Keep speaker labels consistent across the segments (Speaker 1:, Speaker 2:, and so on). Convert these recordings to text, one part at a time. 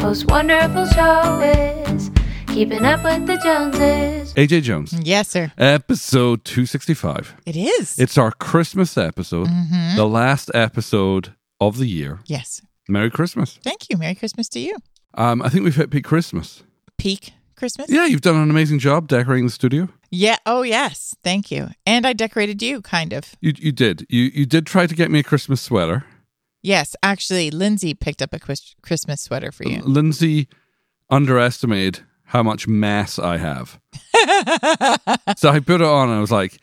Speaker 1: most wonderful show is Keeping Up with the Joneses.
Speaker 2: AJ Jones,
Speaker 3: Yes, sir.
Speaker 2: episode 265.
Speaker 3: It is.
Speaker 2: It's our Christmas episode,
Speaker 3: Mm-hmm.
Speaker 2: the last episode of the year.
Speaker 3: yes.
Speaker 2: Merry Christmas.
Speaker 3: Thank you. Merry Christmas to you.
Speaker 2: Um, I think we've hit peak Christmas.
Speaker 3: Peak Christmas.
Speaker 2: Yeah, you've done an amazing job decorating the studio.
Speaker 3: Yeah. Oh, yes. Thank you. And I decorated you, kind of.
Speaker 2: You, you did. You, you did try to get me a Christmas sweater.
Speaker 3: Yes. Actually, Lindsay picked up a Chris- Christmas sweater for you.
Speaker 2: Lindsay underestimated how much mass I have. so I put it on and I was like,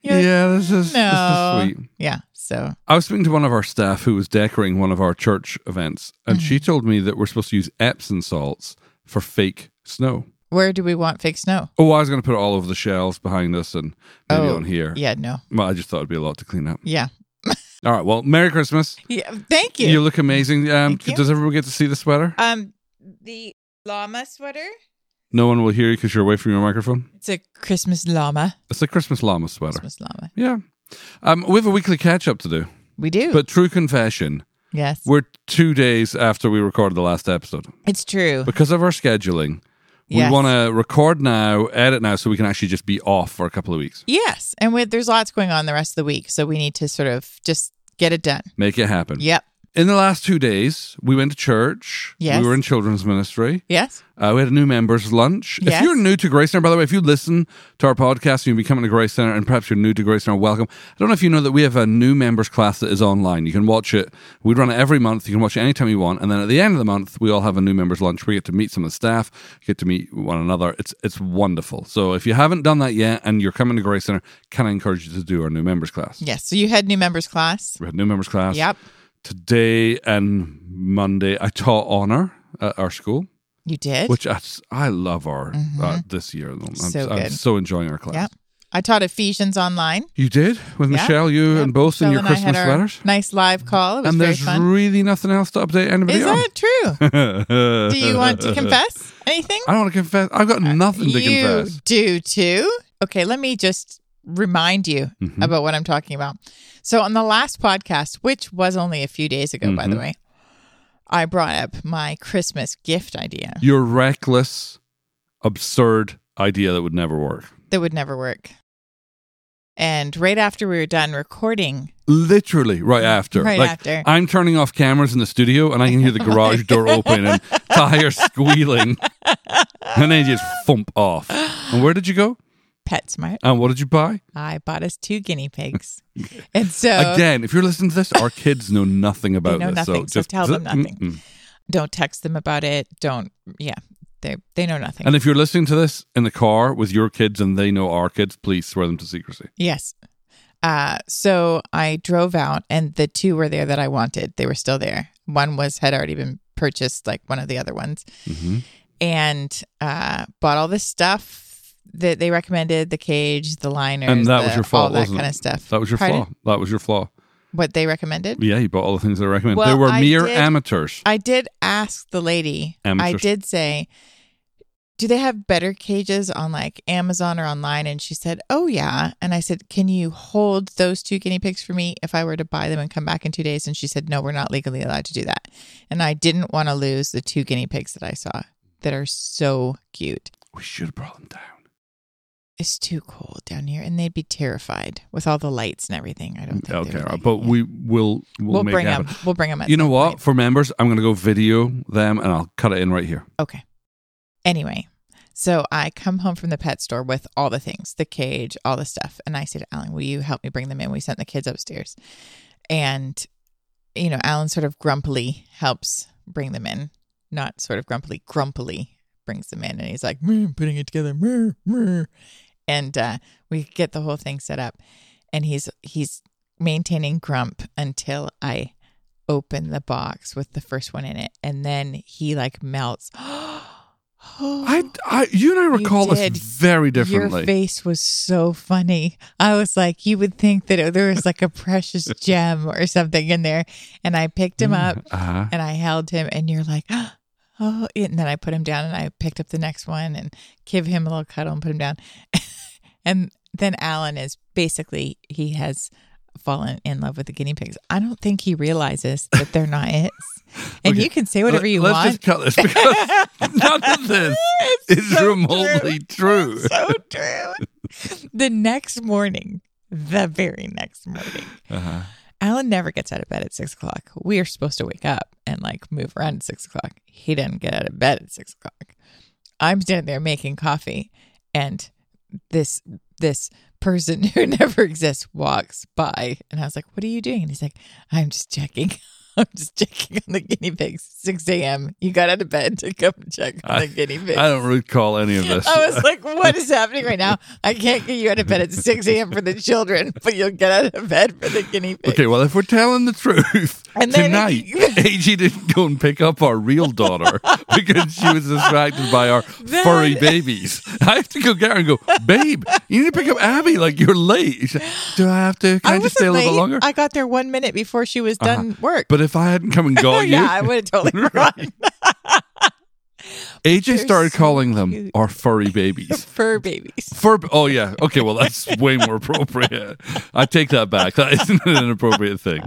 Speaker 3: You're-
Speaker 2: yeah, this is,
Speaker 3: No.
Speaker 2: this is sweet.
Speaker 3: Yeah. So,
Speaker 2: I was speaking to one of our staff who was decorating one of our church events, and
Speaker 3: Mm-hmm.
Speaker 2: she told me that we're supposed to use Epsom salts for fake snow.
Speaker 3: where do we want fake snow?
Speaker 2: Oh, I was going to put it all over the shelves behind us and maybe
Speaker 3: Oh,
Speaker 2: on here.
Speaker 3: Yeah. No.
Speaker 2: Well, I just thought it'd be a lot to clean up.
Speaker 3: Yeah.
Speaker 2: All right. Well, Merry Christmas.
Speaker 3: Yeah. Thank
Speaker 2: You,
Speaker 3: you.
Speaker 2: look amazing. Um,
Speaker 3: Thank you.
Speaker 2: Does everyone get to see the sweater?
Speaker 3: um, the llama sweater.
Speaker 2: no one will hear you because you're away from your microphone.
Speaker 3: It's a Christmas llama.
Speaker 2: It's a Christmas llama sweater.
Speaker 3: Christmas llama.
Speaker 2: Yeah. Um, we have a weekly catch up to do.
Speaker 3: We do.
Speaker 2: But true confession,
Speaker 3: yes.
Speaker 2: we're two days after we recorded the last episode.
Speaker 3: It's true.
Speaker 2: Because of our scheduling, we
Speaker 3: Yes.
Speaker 2: want to record now, edit now, so we can actually just be off for a couple of weeks.
Speaker 3: Yes. And with, there's lots going on the rest of the week. So we need to sort of just get it done.
Speaker 2: Make it happen.
Speaker 3: Yep.
Speaker 2: In the last two days, we went to church.
Speaker 3: Yes.
Speaker 2: We were in children's ministry.
Speaker 3: Yes.
Speaker 2: Uh, we had a new members lunch. If
Speaker 3: Yes.
Speaker 2: you're new to Grace Center, by the way, if you listen to our podcast and you've been coming to Grace Center, and perhaps you're new to Grace Center, welcome. I don't know if you know that we have a new members class that is online. You can watch it. We run it every month. You can watch it anytime you want. And then at the end of the month, we all have a new members lunch. We get to meet some of the staff, get to meet one another. It's it's wonderful. So if you haven't done that yet and you're coming to Grace Center, can I encourage you to do our new members class?
Speaker 3: Yes. So you had new members class.
Speaker 2: We had new members class.
Speaker 3: Yep.
Speaker 2: Today and Monday, I taught honor at our school
Speaker 3: You did.
Speaker 2: which I, s- I love our uh, this year. I'm
Speaker 3: Mm-hmm. So
Speaker 2: I'm
Speaker 3: good.
Speaker 2: so enjoying our class.
Speaker 3: Yep. I taught Ephesians online.
Speaker 2: You did with
Speaker 3: Yeah.
Speaker 2: Michelle, you
Speaker 3: Yep.
Speaker 2: and both in
Speaker 3: Phil
Speaker 2: your
Speaker 3: and I
Speaker 2: Christmas
Speaker 3: had our
Speaker 2: letters.
Speaker 3: Nice live call. It was
Speaker 2: And
Speaker 3: very
Speaker 2: there's
Speaker 3: fun.
Speaker 2: really nothing else to update anybody
Speaker 3: Is
Speaker 2: on.
Speaker 3: that true? Do you want to confess anything?
Speaker 2: I don't want to confess. I've got nothing to
Speaker 3: you
Speaker 2: confess.
Speaker 3: do too. Okay, let me just remind you
Speaker 2: Mhm.
Speaker 3: about what I'm talking about. So, on the last podcast, which was only a few days ago, by the
Speaker 2: Mm-hmm.
Speaker 3: way, I brought up my Christmas gift idea
Speaker 2: Your reckless, absurd idea that would never work.
Speaker 3: that would never work. And right after we were done recording,
Speaker 2: Literally right after.
Speaker 3: Right
Speaker 2: like,
Speaker 3: after.
Speaker 2: I'm turning off cameras in the studio and I can hear the garage door open and tires squealing. And then you just thump off. And where did you go?
Speaker 3: PetSmart,
Speaker 2: And what did you buy?
Speaker 3: I bought us two guinea pigs. and so,
Speaker 2: Again, if you're listening to this, our kids know nothing about
Speaker 3: Uh, know
Speaker 2: this.
Speaker 3: nothing, so
Speaker 2: just
Speaker 3: tell them
Speaker 2: mm,
Speaker 3: nothing.
Speaker 2: mm.
Speaker 3: don't text them about it. Don't, yeah, they, they know nothing.
Speaker 2: And if you're listening to this in the car with your kids and they know our kids, please swear them to secrecy.
Speaker 3: Yes. Uh, so I drove out, and the two were there that I wanted. They were still there. One was had already been purchased, like one of the other ones, Mm-hmm.
Speaker 2: Mhm.
Speaker 3: and uh, bought all this stuff that they recommended: the cage, the liners,
Speaker 2: And that
Speaker 3: the-
Speaker 2: was your fault,
Speaker 3: all that
Speaker 2: wasn't
Speaker 3: kind
Speaker 2: it?
Speaker 3: of stuff.
Speaker 2: That was your
Speaker 3: Pardon?
Speaker 2: flaw. That was your flaw.
Speaker 3: What they recommended?
Speaker 2: Yeah, you bought all the things I recommend.
Speaker 3: Well,
Speaker 2: they were
Speaker 3: I
Speaker 2: mere
Speaker 3: did-
Speaker 2: amateurs.
Speaker 3: I did ask the lady. I
Speaker 2: Amateurs.
Speaker 3: did say, "Do they have better cages on like Amazon or online?" And she said, "Oh yeah." And I said, "Can you hold those two guinea pigs for me if I were to buy them and come back in 2 days?" And she said, "No, we're not legally allowed to do that." And I didn't want to lose the two guinea pigs that I saw that are so cute.
Speaker 2: We should have brought them down.
Speaker 3: It's too cold down here and they'd be terrified with all the lights and everything. I don't think they
Speaker 2: Mm, Okay,
Speaker 3: would like-
Speaker 2: but
Speaker 3: yeah.
Speaker 2: we will we'll,
Speaker 3: we'll
Speaker 2: make
Speaker 3: bring
Speaker 2: it
Speaker 3: them
Speaker 2: happen.
Speaker 3: we'll bring them
Speaker 2: You know what? For members, I'm going to go video them and I'll cut it in right here.
Speaker 3: Okay. Anyway, so I come home from the pet store with all the things, the cage, all the stuff. And I said, Alan, will you help me bring them in? We sent the kids upstairs. And, you know, Alan sort of grumpily helps bring them in, not sort of grumpily, grumpily brings them in. And he's like, "Meh, putting it together. meh, meh." And uh, we get the whole thing set up. And he's, he's, maintaining grump until I open the box with the first one in it, and then he like melts.
Speaker 2: I, I you and I recall
Speaker 3: did.
Speaker 2: this very differently.
Speaker 3: Your face was so funny. I was like, you would think that it- there was like a precious gem or something in there. And I picked him up
Speaker 2: Uh-huh.
Speaker 3: and I held him, and you're like, oh, and then I put him down and I picked up the next one and give him a little cuddle and put him down. and then Alan is basically, he has fallen in love with the guinea pigs. I don't think he realizes that they're not his. And
Speaker 2: Okay.
Speaker 3: you can say whatever you
Speaker 2: Let's
Speaker 3: want.
Speaker 2: just cut this because none of this is
Speaker 3: so
Speaker 2: remotely true.
Speaker 3: so true. the next morning, the very next morning,
Speaker 2: Uh-huh.
Speaker 3: Alan never gets out of bed at six o'clock. We are supposed to wake up and like move around at six o'clock. He doesn't get out of bed at six o'clock. I'm standing there making coffee, and this this person who never exists walks by, and I was like, "What are you doing?" And he's like, "I'm just checking." I'm just checking on the guinea pigs. 6 a.m. You got out of bed to come check on
Speaker 2: I-
Speaker 3: the guinea pigs.
Speaker 2: I don't recall any of this.
Speaker 3: I was like, what is happening right now? I can't get you out of bed at 6 a.m. for the children, but you'll get out of bed for the guinea pig.
Speaker 2: Okay, well, if we're telling the truth,
Speaker 3: And then-
Speaker 2: tonight, AG didn't go and pick up our real daughter because she was distracted by our
Speaker 3: Then-
Speaker 2: furry babies. I have to go get her and go, babe, you need to pick up Abby. Like, you're late. She's like, Do I have to? Can I, just
Speaker 3: wasn't
Speaker 2: stay a little bit
Speaker 3: late.
Speaker 2: longer? Uh-huh.
Speaker 3: I got there one minute before she was done work. Oh,
Speaker 2: but if I hadn't come and got you,
Speaker 3: yeah, I would have totally forgotten
Speaker 2: AJ
Speaker 3: they're
Speaker 2: started
Speaker 3: so
Speaker 2: calling them
Speaker 3: cute.
Speaker 2: our furry babies.
Speaker 3: fur babies.
Speaker 2: Fur. Oh yeah. Okay. Well, that's way more appropriate. I take that back. That isn't an appropriate thing.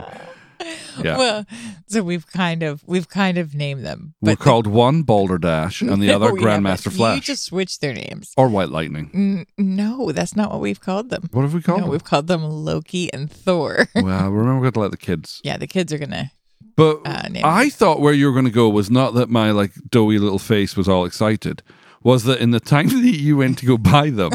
Speaker 2: Yeah.
Speaker 3: Well, so we've kind of we've kind of named them.
Speaker 2: We're
Speaker 3: But
Speaker 2: called one Balderdash and the
Speaker 3: no,
Speaker 2: other
Speaker 3: we haven't.
Speaker 2: Grandmaster Flash
Speaker 3: You just switched their names.
Speaker 2: or White Lightning.
Speaker 3: N- no, that's not what we've called them.
Speaker 2: What have we called?
Speaker 3: no,
Speaker 2: them?
Speaker 3: we've called them Loki and Thor.
Speaker 2: well, remember we got to let the kids.
Speaker 3: yeah, the kids are gonna.
Speaker 2: But
Speaker 3: Uh, name
Speaker 2: I thought where you were going to go was not that my like doughy little face was all excited. Was that in the time that you went to go buy them?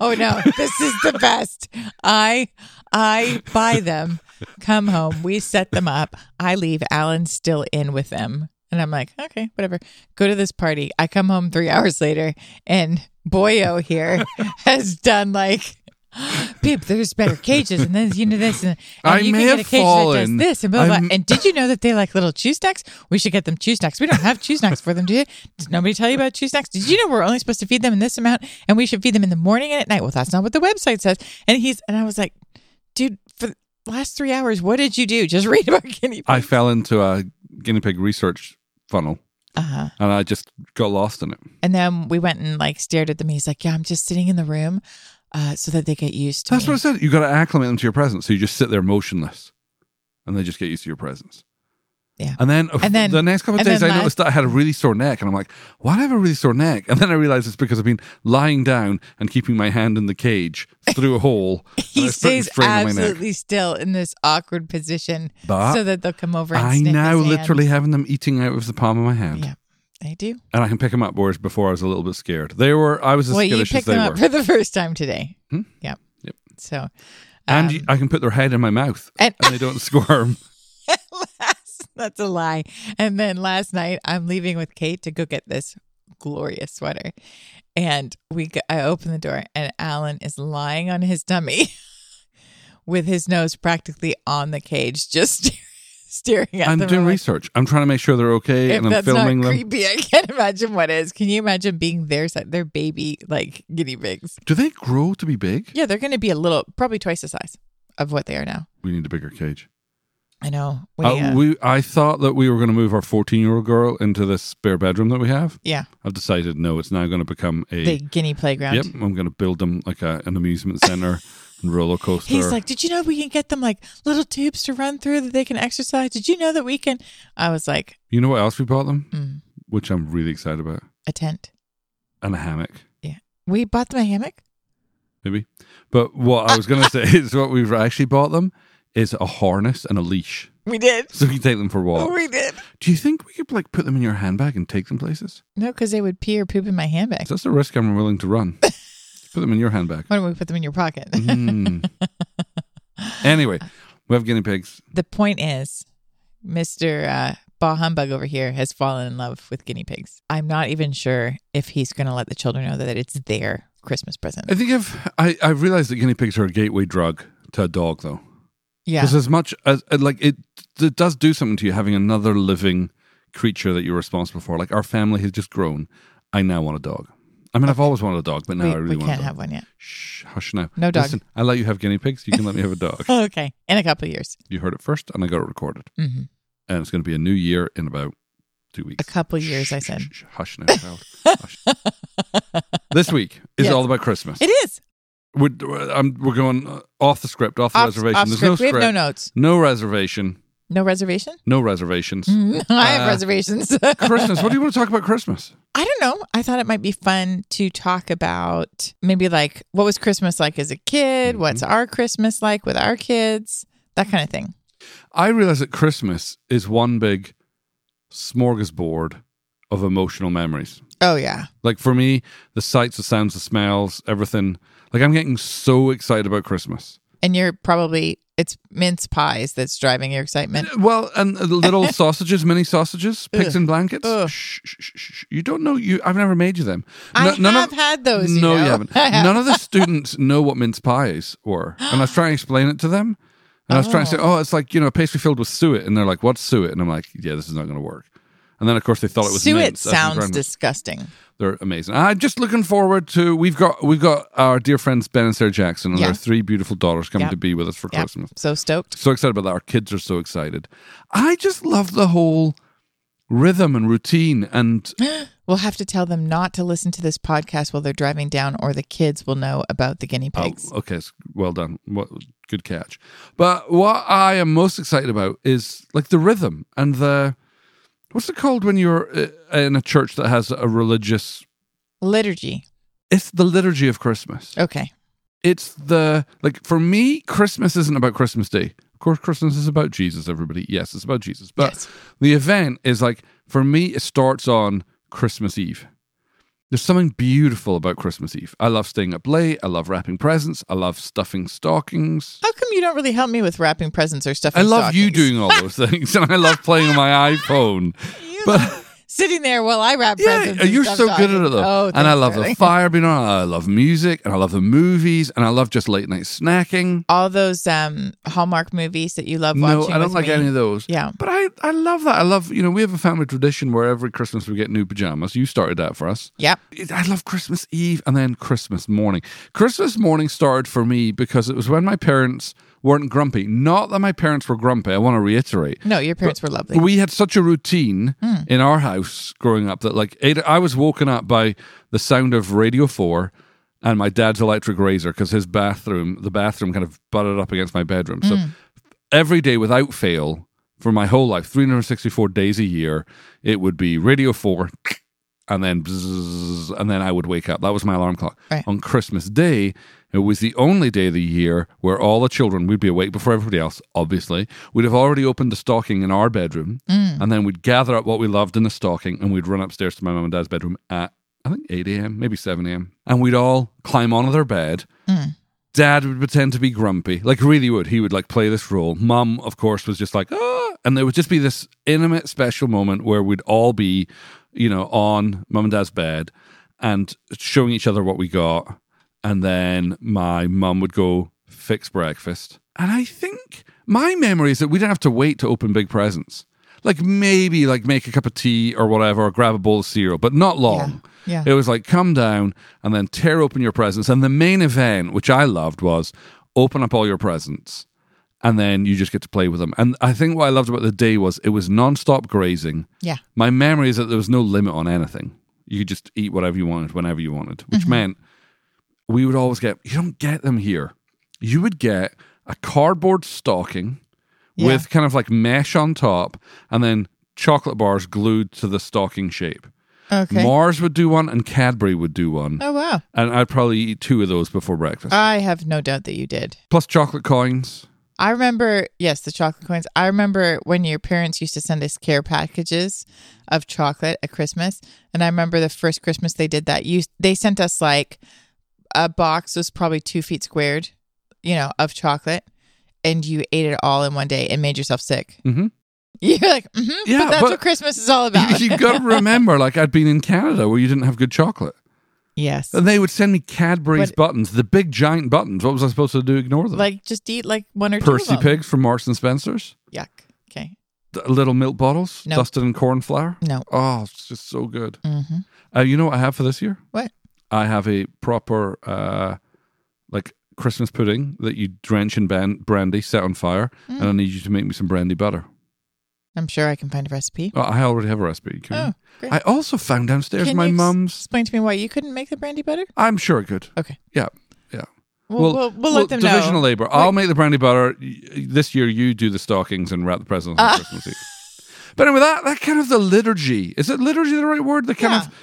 Speaker 3: Oh no, this is the best. I I buy them, come home, we set them up. I leave Alan's still in with them. And I'm like, okay, whatever. Go to this party. I come home three hours later and Boyo here has done like Babe, there's better cages, and then you know this, and, and
Speaker 2: I
Speaker 3: you
Speaker 2: may
Speaker 3: can
Speaker 2: have
Speaker 3: get a cage
Speaker 2: fallen.
Speaker 3: that does this, and blah, blah,
Speaker 2: I'm-
Speaker 3: blah. And did you know that they like little chew snacks? We should get them chew snacks. We don't have chew snacks for them, do you? Did nobody tell you about chew snacks? Did you know we're only supposed to feed them in this amount, and we should feed them in the morning and at night? Well, that's not what the website says. And he's and I was like, dude, for the last three hours, what did you do? Just read about guinea
Speaker 2: I fell into a guinea pig research funnel
Speaker 3: Uh huh.
Speaker 2: and I just got lost in it.
Speaker 3: And then we went and like stared at them. He's like, yeah, I'm just sitting in the room, uh, so that they get used to.
Speaker 2: That's
Speaker 3: me.
Speaker 2: what I said. You got to acclimate them to your presence. So you just sit there motionless, and they just get used to your presence.
Speaker 3: Yeah.
Speaker 2: And then,
Speaker 3: And then-
Speaker 2: the next couple of
Speaker 3: and
Speaker 2: days,
Speaker 3: then
Speaker 2: I
Speaker 3: last-
Speaker 2: noticed that I had a really sore neck, and I'm like, "Why do I have a really sore neck?" And then I realized it's because I've been lying down and keeping my hand in the cage through a hole. and
Speaker 3: he
Speaker 2: it's putting
Speaker 3: stays
Speaker 2: strain on my neck.
Speaker 3: absolutely still in this awkward position
Speaker 2: But
Speaker 3: so that they'll come over and
Speaker 2: I
Speaker 3: sniff
Speaker 2: now
Speaker 3: his hand.
Speaker 2: literally having them eating out of the palm of my hand,
Speaker 3: yeah they do
Speaker 2: and I can pick them up. Whereas before, I was a little bit scared. They were. I was as
Speaker 3: well you
Speaker 2: skittish as
Speaker 3: picked
Speaker 2: they
Speaker 3: them
Speaker 2: were,
Speaker 3: up for the first time today
Speaker 2: Hmm?
Speaker 3: yeah
Speaker 2: Yep.
Speaker 3: so
Speaker 2: and
Speaker 3: um,
Speaker 2: you- I can put their head in my mouth,
Speaker 3: and
Speaker 2: and they don't squirm.
Speaker 3: last, that's a lie and then last night i'm leaving with kate to go get this glorious sweater and we go, i open the door and alan is lying on his tummy with his nose practically on the cage just staring at
Speaker 2: I'm
Speaker 3: the
Speaker 2: doing research. I'm trying to make sure they're okay,
Speaker 3: if
Speaker 2: and I'm
Speaker 3: that's
Speaker 2: filming
Speaker 3: not
Speaker 2: them.
Speaker 3: creepy, I can't imagine what is. Can you imagine being their si- their baby like guinea pigs?
Speaker 2: Do they grow to be big?
Speaker 3: Yeah, they're going to be a little, probably twice the size of what they are now.
Speaker 2: We need a bigger cage.
Speaker 3: I know. We,
Speaker 2: Uh,
Speaker 3: uh,
Speaker 2: we I thought that we were going to move our 14 year old girl into this spare bedroom that we have.
Speaker 3: yeah,
Speaker 2: I've decided no, it's now going to become a.
Speaker 3: the guinea playground.
Speaker 2: yep, I'm going to build them like a, an amusement center and roller coaster.
Speaker 3: He's like, did you know we can get them like little tubes to run through that they can exercise? Did you know that we can? I was like,
Speaker 2: you know what else we bought them?
Speaker 3: mm,
Speaker 2: Which I'm really excited about.
Speaker 3: a tent.
Speaker 2: And a hammock,
Speaker 3: We bought them a hammock.
Speaker 2: maybe. But what I was going to say is what we've actually bought them is a harness and a leash.
Speaker 3: We did.
Speaker 2: So we can take them for walks.
Speaker 3: We did.
Speaker 2: Do you think we could like put them in your handbag and take them places?
Speaker 3: No, because they would pee or poop in my handbag.
Speaker 2: That's a risk I'm willing to run. Put them in your handbag.
Speaker 3: Why don't we put them in your pocket?
Speaker 2: Mm. anyway, we have guinea pigs.
Speaker 3: the point is, Mr. Uh, bah Humbug over here has fallen in love with guinea pigs. I'm not even sure if he's going to let the children know that it's their Christmas present.
Speaker 2: I think I've I, I've realized that guinea pigs are a gateway drug to a dog, though,
Speaker 3: yeah.
Speaker 2: because as much as uh, like it, it does do something to you having another living creature that you're responsible for. Like our family has just grown. I now want a dog. I mean, I've always wanted a dog, but now
Speaker 3: we
Speaker 2: I really
Speaker 3: we
Speaker 2: want.
Speaker 3: can't
Speaker 2: a dog.
Speaker 3: have one yet.
Speaker 2: Shh, hush now.
Speaker 3: No dog.
Speaker 2: Listen, I let you have guinea pigs. You can let me have a dog.
Speaker 3: Oh, Okay. In a couple of years.
Speaker 2: You heard it first, and I got it recorded.
Speaker 3: hmm
Speaker 2: And it's going to be a new year in about two weeks.
Speaker 3: A couple of years, I
Speaker 2: Shh,
Speaker 3: said.
Speaker 2: shh, shh, Hush now, child. Hush. this week is
Speaker 3: Yes.
Speaker 2: all about Christmas.
Speaker 3: It is.
Speaker 2: We're, I'm, we're going uh, off the script, off the
Speaker 3: Off,
Speaker 2: reservation.
Speaker 3: off
Speaker 2: There's
Speaker 3: script.
Speaker 2: no
Speaker 3: we
Speaker 2: script,
Speaker 3: have no notes.
Speaker 2: no reservation,
Speaker 3: No reservation?
Speaker 2: no reservations.
Speaker 3: Mm, I have
Speaker 2: Uh,
Speaker 3: reservations.
Speaker 2: Christmas. What do you want to talk about Christmas?
Speaker 3: I don't know. I thought it might be fun to talk about maybe like what was Christmas like as a kid?
Speaker 2: Mm-hmm.
Speaker 3: What's our Christmas like with our kids? That kind of thing.
Speaker 2: I realize that Christmas is one big smorgasbord of emotional memories.
Speaker 3: Oh yeah.
Speaker 2: Like for me, the sights, the sounds, the smells, everything. Like I'm getting so excited about Christmas.
Speaker 3: And you're probably it's mince pies that's driving your excitement.
Speaker 2: Well, and the little sausages, mini sausages, pigs in blankets.
Speaker 3: Ugh.
Speaker 2: Shh, shh, shh, shh. You don't know you. I've never made you them.
Speaker 3: I
Speaker 2: No- none
Speaker 3: have
Speaker 2: of,
Speaker 3: had those. You
Speaker 2: no,
Speaker 3: know?
Speaker 2: you haven't. None of the students know what mince pies were, and I was trying to explain it to them. And I was trying to say, "Oh, it's like you know, a pastry filled with suet," and they're like, "What's suet?" And I'm like, "Yeah, this is not going to work." And then of course they thought it was
Speaker 3: Suet
Speaker 2: mince. That's
Speaker 3: sounds
Speaker 2: incredible.
Speaker 3: disgusting.
Speaker 2: They're amazing. I'm just looking forward to we've got we've got our dear friends Ben and Sarah Jackson and
Speaker 3: Yeah.
Speaker 2: their three beautiful daughters coming
Speaker 3: Yep.
Speaker 2: to be with us for
Speaker 3: Yeah.
Speaker 2: Christmas.
Speaker 3: So stoked.
Speaker 2: So excited about that. Our kids are so excited. I just love the whole rhythm and routine and oh,
Speaker 3: We'll have to tell them not to listen to this podcast while they're driving down, or the kids will know about the guinea
Speaker 2: Oh,
Speaker 3: pigs.
Speaker 2: okay, s- well done. What good catch. But what I am most excited about is like the rhythm and the what's it called when you're uh, in a church that has a religious
Speaker 3: Liturgy.
Speaker 2: it's the liturgy of Christmas.
Speaker 3: Okay.
Speaker 2: It's the like for me Christmas isn't about Christmas day. Of course Christmas is about Jesus everybody. Yes, it's about Jesus. But
Speaker 3: yes.
Speaker 2: the event is like for me it starts on christmas eve there's something beautiful about christmas eve i love staying up late i love wrapping presents i love stuffing stockings
Speaker 3: How come you don't really help me with wrapping presents or stuff?
Speaker 2: i love you doing all those things and i love playing on my iphone
Speaker 3: You
Speaker 2: But-
Speaker 3: love sitting there while I wrap
Speaker 2: yeah
Speaker 3: presents. and
Speaker 2: you're
Speaker 3: stuff
Speaker 2: so good at
Speaker 3: talking.
Speaker 2: it though
Speaker 3: Oh,
Speaker 2: and i
Speaker 3: thanks,
Speaker 2: love the
Speaker 3: darling.
Speaker 2: fire being on i love music and i love the movies and i love just late night snacking
Speaker 3: All those um, Hallmark movies that you love
Speaker 2: no
Speaker 3: watching.
Speaker 2: i don't
Speaker 3: with
Speaker 2: like
Speaker 3: me.
Speaker 2: any of those
Speaker 3: Yeah.
Speaker 2: but I, I love that. I love, you know, we have a family tradition where every Christmas we get new pajamas. You started that for us.
Speaker 3: Yep.
Speaker 2: it- I love Christmas Eve and then Christmas morning. Christmas morning started for me because it was when my parents weren't grumpy. Not that my parents were grumpy, I want to reiterate.
Speaker 3: No, your parents were lovely.
Speaker 2: We had such a routine in our house growing up that, like, eight, I was woken up by the sound of Radio 4 and my dad's electric razor because his bathroom, the bathroom kind of butted up against my bedroom. So every day without fail, for my whole life, 364 days a year, it would be Radio 4 and then bzzz, and then I would wake up. That was my alarm clock.
Speaker 3: Right.
Speaker 2: On Christmas Day, it was the only day of the year where all the children would be awake before everybody else. Obviously, we'd have already opened the stocking in our bedroom, and then we'd gather up what we loved in the stocking, and we'd run upstairs to my mum and dad's bedroom at I think 8 a.m., maybe 7 a.m., and we'd all climb onto their bed. Dad would pretend to be grumpy, like really would. He would like play this role. Mum, of course, was just like, ah. And there would just be this intimate, special moment where we'd all be, you know, on mum and dad's bed and showing each other what we got. And then my mum would go fix breakfast. And I think my memory is that we didn't have to wait to open big presents. Like maybe like make a cup of tea or whatever, or grab a bowl of cereal, but not long.
Speaker 3: Yeah.
Speaker 2: It was like come down and then tear open your presents. And the main event, which I loved, was open up all your presents and then you just get to play with them. And I think what I loved about the day was it was nonstop grazing.
Speaker 3: Yeah.
Speaker 2: My memory is that there was no limit on anything. You could just eat whatever you wanted, whenever you wanted, which meant we would always get, you don't get them here. You would get a cardboard stocking
Speaker 3: Yeah.
Speaker 2: with kind of like mesh on top and then chocolate bars glued to the stocking shape.
Speaker 3: Okay.
Speaker 2: Mars would do one and Cadbury would do one.
Speaker 3: oh Uh, wow.
Speaker 2: And I'd probably eat two of those before breakfast.
Speaker 3: I have no doubt that you did.
Speaker 2: Plus chocolate coins.
Speaker 3: I remember, yes, the chocolate coins. I remember when your parents used to send us care packages of chocolate at Christmas, and I remember the first Christmas they did that. You, they sent us like a box was probably two feet squared, you know, of chocolate, and you ate it all in one day and made yourself sick.
Speaker 2: Mm-hmm.
Speaker 3: You're like, mm-hmm,
Speaker 2: Yeah,
Speaker 3: but that's
Speaker 2: but-
Speaker 3: what Christmas is all about.
Speaker 2: you, have got to remember, like I'd been in Canada where you didn't have good chocolate,
Speaker 3: yes,
Speaker 2: and they would send me Cadbury's
Speaker 3: But-
Speaker 2: buttons, the big giant buttons. What was I supposed to do? Ignore them?
Speaker 3: like just eat like one or two.
Speaker 2: Percy
Speaker 3: of them.
Speaker 2: Pigs from Marks and Spencers,
Speaker 3: Yuck. Okay.
Speaker 2: the little milk bottles
Speaker 3: No.
Speaker 2: dusted in corn flour.
Speaker 3: No.
Speaker 2: Oh, it's just so good.
Speaker 3: Mm-hmm.
Speaker 2: Uh, you know what I have for this year?
Speaker 3: What?
Speaker 2: I have a proper, uh, like Christmas pudding that you drench in ban- brandy, set on fire, and
Speaker 3: Mm.
Speaker 2: I need you to make me some brandy butter.
Speaker 3: I'm sure I can find a recipe.
Speaker 2: Oh, I already have a recipe. Can you-
Speaker 3: Oh, great.
Speaker 2: I also found downstairs
Speaker 3: Can
Speaker 2: my
Speaker 3: you ex-
Speaker 2: mum's.
Speaker 3: Explain to me why you couldn't make the brandy butter.
Speaker 2: I'm sure it could.
Speaker 3: Okay.
Speaker 2: Yeah, yeah.
Speaker 3: We'll, we'll, we'll, let them
Speaker 2: divisional
Speaker 3: know.
Speaker 2: labor. I'll make the brandy butter Y- this year. You do the stockings and wrap the presents on
Speaker 3: Ah.
Speaker 2: Christmas Eve. But anyway, that that kind of the liturgy is it liturgy the right word? The kind
Speaker 3: Yeah.
Speaker 2: of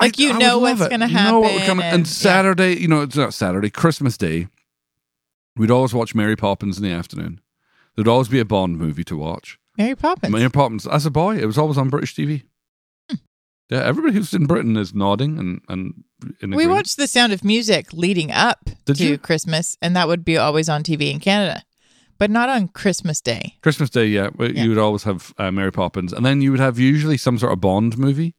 Speaker 3: Like you
Speaker 2: would
Speaker 3: know
Speaker 2: love
Speaker 3: what's
Speaker 2: it.
Speaker 3: gonna
Speaker 2: You know what would
Speaker 3: happen
Speaker 2: come-
Speaker 3: and-
Speaker 2: and
Speaker 3: yeah.
Speaker 2: Saturday, you know, it's not Saturday, Christmas Day. We'd always watch Mary Poppins in the afternoon. There'd always be a Bond movie to watch.
Speaker 3: Mary Poppins.
Speaker 2: Mary Poppins. As a boy, it was always on British TV.
Speaker 3: Hmm.
Speaker 2: Yeah, everybody who's in Britain is nodding and and in
Speaker 3: we
Speaker 2: agreement.
Speaker 3: watched The Sound of Music leading up
Speaker 2: Did
Speaker 3: to
Speaker 2: you?
Speaker 3: Christmas, and that would be always on TV in Canada, but not on Christmas Day.
Speaker 2: Christmas Day, yeah, where
Speaker 3: Yeah.
Speaker 2: you would always have uh, Mary Poppins, and then you would have usually some sort of Bond movie.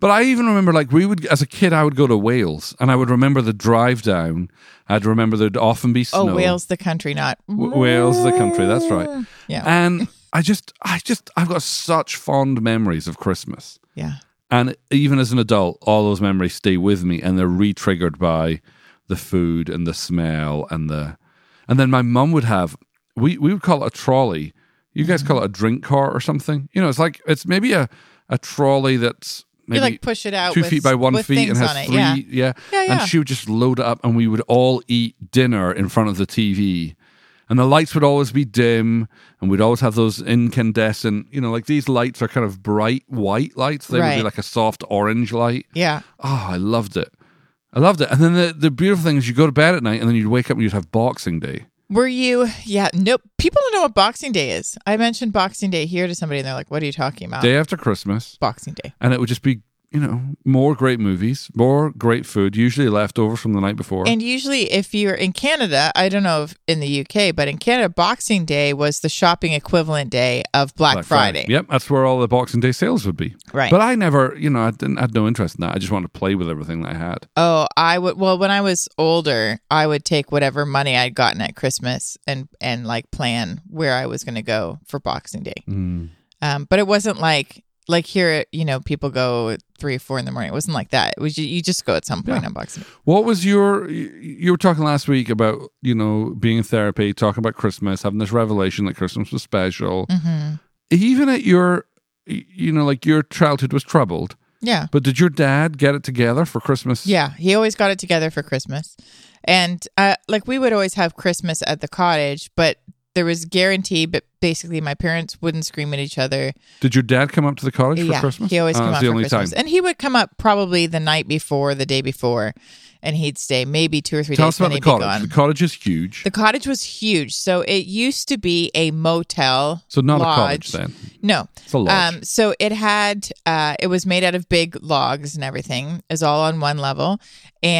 Speaker 2: But I even remember, like, we would, as a kid, I would go to Wales, and I would remember the drive down. I'd remember there'd often be snow.
Speaker 3: Oh, Wales, the country, not
Speaker 2: W- Wales, the country. That's right. Ah,
Speaker 3: Yeah,
Speaker 2: And I just, I just, I've got such fond memories of Christmas,
Speaker 3: yeah.
Speaker 2: and even as an adult, all those memories stay with me, and they're re-triggered by the food and the smell and the, and then my mum would have, we we would call it a trolley. You guys call it a drink cart or something. You know, it's like it's maybe a a trolley that's maybe
Speaker 3: you like push it out
Speaker 2: two
Speaker 3: with,
Speaker 2: feet by one
Speaker 3: with
Speaker 2: feet and
Speaker 3: things
Speaker 2: has
Speaker 3: on it.
Speaker 2: three.
Speaker 3: Yeah,
Speaker 2: yeah.
Speaker 3: Yeah, yeah.
Speaker 2: And she would just load it up, and we would all eat dinner in front of the TV. And the lights would always be dim, and we'd always have those incandescent, you know, like these lights are kind of bright white lights. They would be
Speaker 3: Right.
Speaker 2: like a soft orange light.
Speaker 3: yeah.
Speaker 2: Oh, I loved it. I loved it. And then the, the beautiful thing is you go to bed at night and then you'd wake up and you'd have Boxing Day.
Speaker 3: Were you? Yeah. Nope. People don't know what Boxing Day is. I mentioned Boxing Day here to somebody, and they're like, "What are you talking about?"
Speaker 2: Day after Christmas.
Speaker 3: Boxing Day.
Speaker 2: and it would just be you know more great movies more great food usually left over from the night before
Speaker 3: And usually, if you're in Canada, I don't know if in the UK, but in Canada, Boxing Day was the shopping equivalent day of Black, Friday.
Speaker 2: yep that's where all the boxing day sales would be
Speaker 3: Right.
Speaker 2: but i never you know i didn't I had no interest in that i just wanted to play with everything that i had
Speaker 3: Oh, I would. Well, when I was older, I would take whatever money I'd gotten at Christmas and and like plan where I was going to go for Boxing Day. Um, but it wasn't like like here, you know, people go at three or four in the morning. It wasn't like that. It was you, you just go at some point on Boxing. Day.
Speaker 2: what was your y- you were talking last week about you know being in therapy talking about christmas having this revelation that christmas was special
Speaker 3: hmm
Speaker 2: even at your y- you know like your childhood was troubled
Speaker 3: Yeah,
Speaker 2: but did your dad get it together for christmas
Speaker 3: yeah. He always got it together for Christmas, and uh, like we would always have Christmas at the cottage, but there was guarantee. But basically, my parents wouldn't scream at each other.
Speaker 2: did your dad come up to the cottage for christmas
Speaker 3: He always
Speaker 2: Uh,
Speaker 3: came
Speaker 2: it's
Speaker 3: up
Speaker 2: the
Speaker 3: for
Speaker 2: only
Speaker 3: Christmas.
Speaker 2: time
Speaker 3: And he would come up probably the night before, the day before, and he'd stay maybe two or three
Speaker 2: Tell us
Speaker 3: days
Speaker 2: about
Speaker 3: and
Speaker 2: the
Speaker 3: he'd be
Speaker 2: cottage.
Speaker 3: gone.
Speaker 2: The cottage is huge.
Speaker 3: The cottage was huge. So it used to be a motel.
Speaker 2: so not
Speaker 3: lodge.
Speaker 2: a cottage then.
Speaker 3: No.
Speaker 2: It's a lodge.
Speaker 3: Um, so it had uh, it was made out of big logs and everything is all on one level,